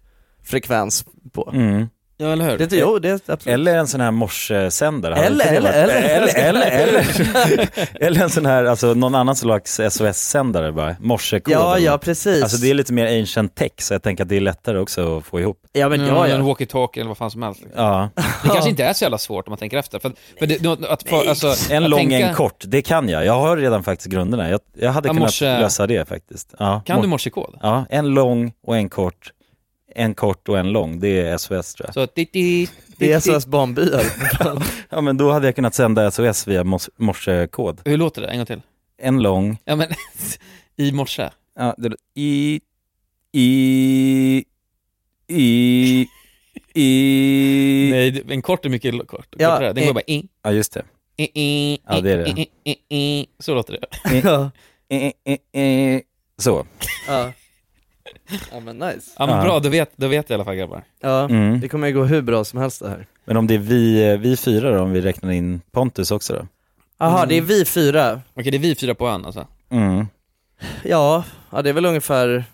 A: frekvens på.
B: Mm.
C: Ja, eller hur?
A: Det, det, jo, det är absolut.
B: Eller en sån här morsesändare. Hade
A: Eller,
B: inte det
A: eller,
B: varit-
A: eller.
B: eller, eller, eller. Eller en sån här, alltså någon annan slags SOS-sändare bara, morsekod.
A: Ja, ja, precis.
B: Alltså det är lite mer ancient tech, så jag tänker att det är lättare också att få ihop.
A: Ja, men Mm.
C: ja, En walkie-talkie eller vad fan som helst. liksom.
B: Ja.
C: Det kanske inte är så jävla svårt om man tänker efter. För, att- för det, att- att, för, alltså,
B: en
C: att
B: lång,
C: tänka-
B: en kort, det kan jag. Jag har redan faktiskt grunderna. Jag, jag hade
C: Ja,
B: kunnat
C: morse-
B: lösa det faktiskt. Ja.
C: Kan
B: Mor-
C: du morsekod?
B: Ja, en lång och en kort. En kort och en lång, det är SOS tror jag.
C: Så, di, di,
A: Det är
C: di, di.
A: SOS Barnbyar.
B: Ja men då hade jag kunnat sända SOS via mors- morsekod.
C: Hur låter det? En gång till.
B: En lång,
C: Ja, men, I morse.
B: ja, det, i, i, i, i...
C: Nej, det- en kort är mycket lo- kort.
A: Ja,
C: kortare. Den går
A: eh.
C: bara in,
B: Ja just det.
C: in, in,
B: Ja, det är det.
C: in, in, in, in. Så låter det.
A: ja.
B: Eh, eh, eh, eh. Så.
A: Ja. ja, men nice.
C: Ja, men
B: Ja.
C: bra. Då vet, då vet jag i alla fall grabbar.
A: Ja,
B: Mm.
A: det kommer ju gå hur bra som helst det här.
B: Men om det är vi, eh, vi fyra då, om vi räknar in Pontus också då?
A: Jaha, det är vi fyra.
C: Okej, det är vi fyra på ön alltså.
B: Mm.
A: Ja, ja, det är väl ungefär,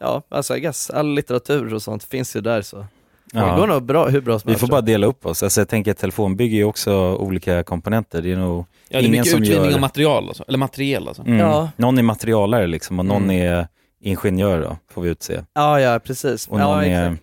A: ja, alltså I guess, all litteratur och sånt finns ju där så.
B: Ja.
A: Det går nog bra, hur bra som
B: Vi
A: helst.
B: får bara dela upp oss. Alltså jag tänker att telefon bygger ju också olika komponenter. Det är nog
C: Ja, det är
B: ingen
C: mycket
B: som
C: utvinning
B: gör...
C: av material alltså. Eller materiel alltså.
B: mm.
A: Ja.
B: Någon är materialare liksom och någon
C: Mm.
B: är ingenjör då, får vi utse.
A: Ja, ja, precis.
B: Och
A: ja,
B: någon är...
A: exakt.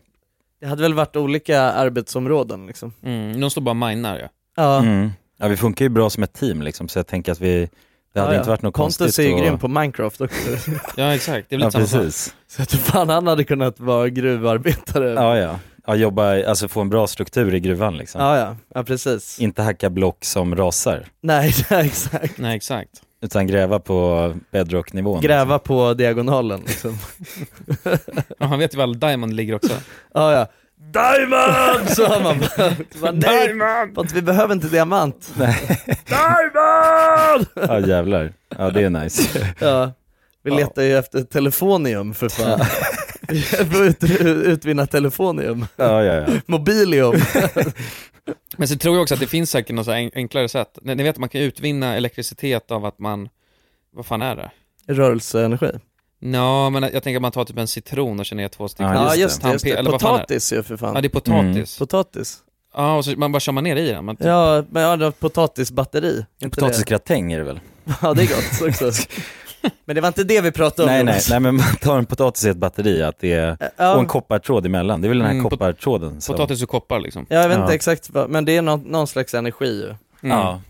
A: Det hade väl varit olika arbetsområden liksom.
C: Mm, de står bara och minar ja.
A: Ja.
B: Mm. ja, vi funkar ju bra som ett team liksom, så jag tänker att vi... Det hade
A: ja, ja.
B: inte varit något
A: Pontus
B: konstigt.
A: är ju
B: att-
A: grym på Minecraft också.
C: Ja, exakt. Det är väl
B: Ja,
C: lite samma sak.
B: precis.
A: så att fan han hade kunnat vara gruvarbetare.
B: Ja, ja. ja jobba, alltså få en bra struktur i gruvan liksom.
A: ja, ja. ja precis.
B: Inte hacka block som rasar,
A: Nej, nej, exakt.
C: Nej, exakt.
B: utan gräva på bedrocknivån.
A: Gräva på diagonalen liksom.
C: Ja, han vet ju var alla Diamond ligger också.
A: Ja, ja. Diamond! Sa man bara. Så bara. Nej,
C: Diamond!
A: Pontus, vi behöver inte diamant.
B: Nej.
A: Diamond!
B: Ja jävlar, ja det är nice.
A: Ja, vi
B: Ja.
A: letar ju efter telefonium för fan. Vi får ut, utvinna telefonium,
B: Ja, ja, ja.
A: mobilium.
C: Men så tror jag också att det finns säkert något så här en- enklare sätt. Ni, ni vet, man kan ju utvinna elektricitet av att man, vad fan är det?
A: Rörelseenergi.
C: Ja, men jag tänker att man tar typ en citron och känner ner två stycken.
B: Ja,
A: Ja
B: just Mm.
A: just det,
C: Tampe-
A: just det.
C: eller vad fan är det?
A: potatis ju för fan.
C: Ja, det är potatis.
A: Potatis.
C: Ja, och så man bara kör man ner i den. Man typ,
A: Ja, men ja, det var potatisbatteri. Inte det?
B: Potatisgratäng är det väl?
A: Ja det är gott också. Men det var inte det vi pratade om
B: Nej, nej,
A: Jonas.
B: nej, men man tar en potatis i ett batteri att det är,
A: Ja,
B: och en koppartråd emellan. Det är väl den här
C: Mm, pot-
B: koppartråden som...
C: potatis och koppar liksom.
A: Ja, jag vet inte
B: Ja.
A: exakt vad, men det är någon, någon slags energi ju.
C: Mm.
B: Ja.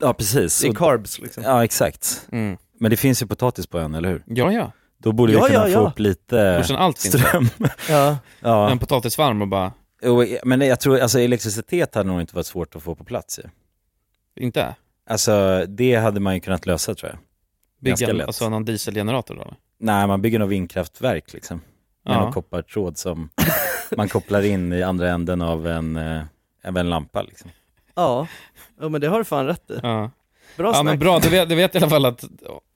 B: ja, precis.
A: Det är
B: Och-
A: carbs liksom.
B: Ja, exakt.
C: Mm.
B: Men det finns ju potatis på ön, eller hur?
C: Ja, ja.
B: Då borde
A: Ja,
B: vi kunna
A: ja,
B: få
A: ja.
B: upp lite
C: Brorsan, allt finns
B: ström.
A: Ja,
C: Ja.
B: Eh, ja.
C: En potatisvarm och bara,
B: Jo, Men jag tror, alltså elektricitet hade nog inte varit svårt att få på plats ju.
C: inte?
B: Alltså, det hade man ju kunnat lösa tror jag. Ganska
C: Bygga en-
B: lätt.
C: alltså, någon dieselgenerator då? eller?
B: Nej, man bygger något vindkraftverk liksom. Med
C: Ja.
B: någon koppartråd som man kopplar in i andra änden av en, eh, av en lampa liksom.
A: ja. ja men det har du fan rätt i.
C: Ja.
A: Bra
C: Ja
A: snack.
C: men bra, du vet, du vet i alla fall att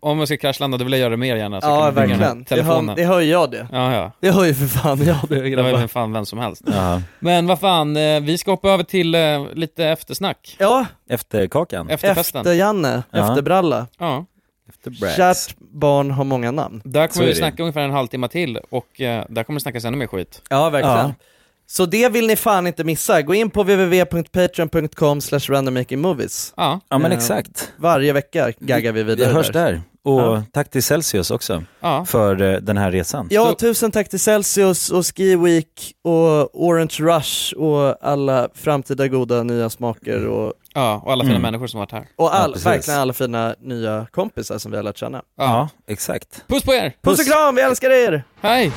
C: om jag ska kraschlanda då vill jag göra det mer gärna. Så kan
A: ja
C: jag bygga den här
A: verkligen. Det hör,
C: Telefonen.
A: det hör jag det.
C: Ja, ja.
A: Det hör ju för fan jag det
C: Det var
A: grabbar.
C: väl fan vem som helst.
B: Ja.
C: Men vad fan, eh, vi ska hoppa över till eh, lite eftersnack.
A: Ja,
B: Efter kakan?
C: Efterfesten.
A: efter Janne,
B: Ja.
A: efter Bralla.
C: Ja,
B: Efter brass.
A: Kärt barn har många namn.
C: där
B: Så
C: kommer
B: är
C: vi
B: det.
C: snacka ungefär en halvtimme till och eh, där kommer det snackas ännu mer skit.
A: Ja, verkligen.
B: Ja.
A: Så det vill ni fan inte missa. Gå in på www.patreon.com randommakingmovies.
C: Ja,
B: Ja men
A: Eh,
B: exakt.
A: Varje vecka gaggar vi
B: Vi
A: vidare
B: hörs där. Och
A: Ja.
B: tack till Celsius också
C: ja.
B: för eh, den här resan.
A: Ja,
C: Så-
A: tusen tack till Celsius och Ski Week och Orange Rush och alla framtida goda nya smaker och,
C: ja och alla fina
B: Mm.
C: människor som har varit här.
A: och all,
B: Ja, precis.
A: verkligen alla fina nya kompisar som vi har lärt känna.
B: Ja, exakt.
C: Puss på er!
A: Puss och kram, vi älskar er!
C: Hej!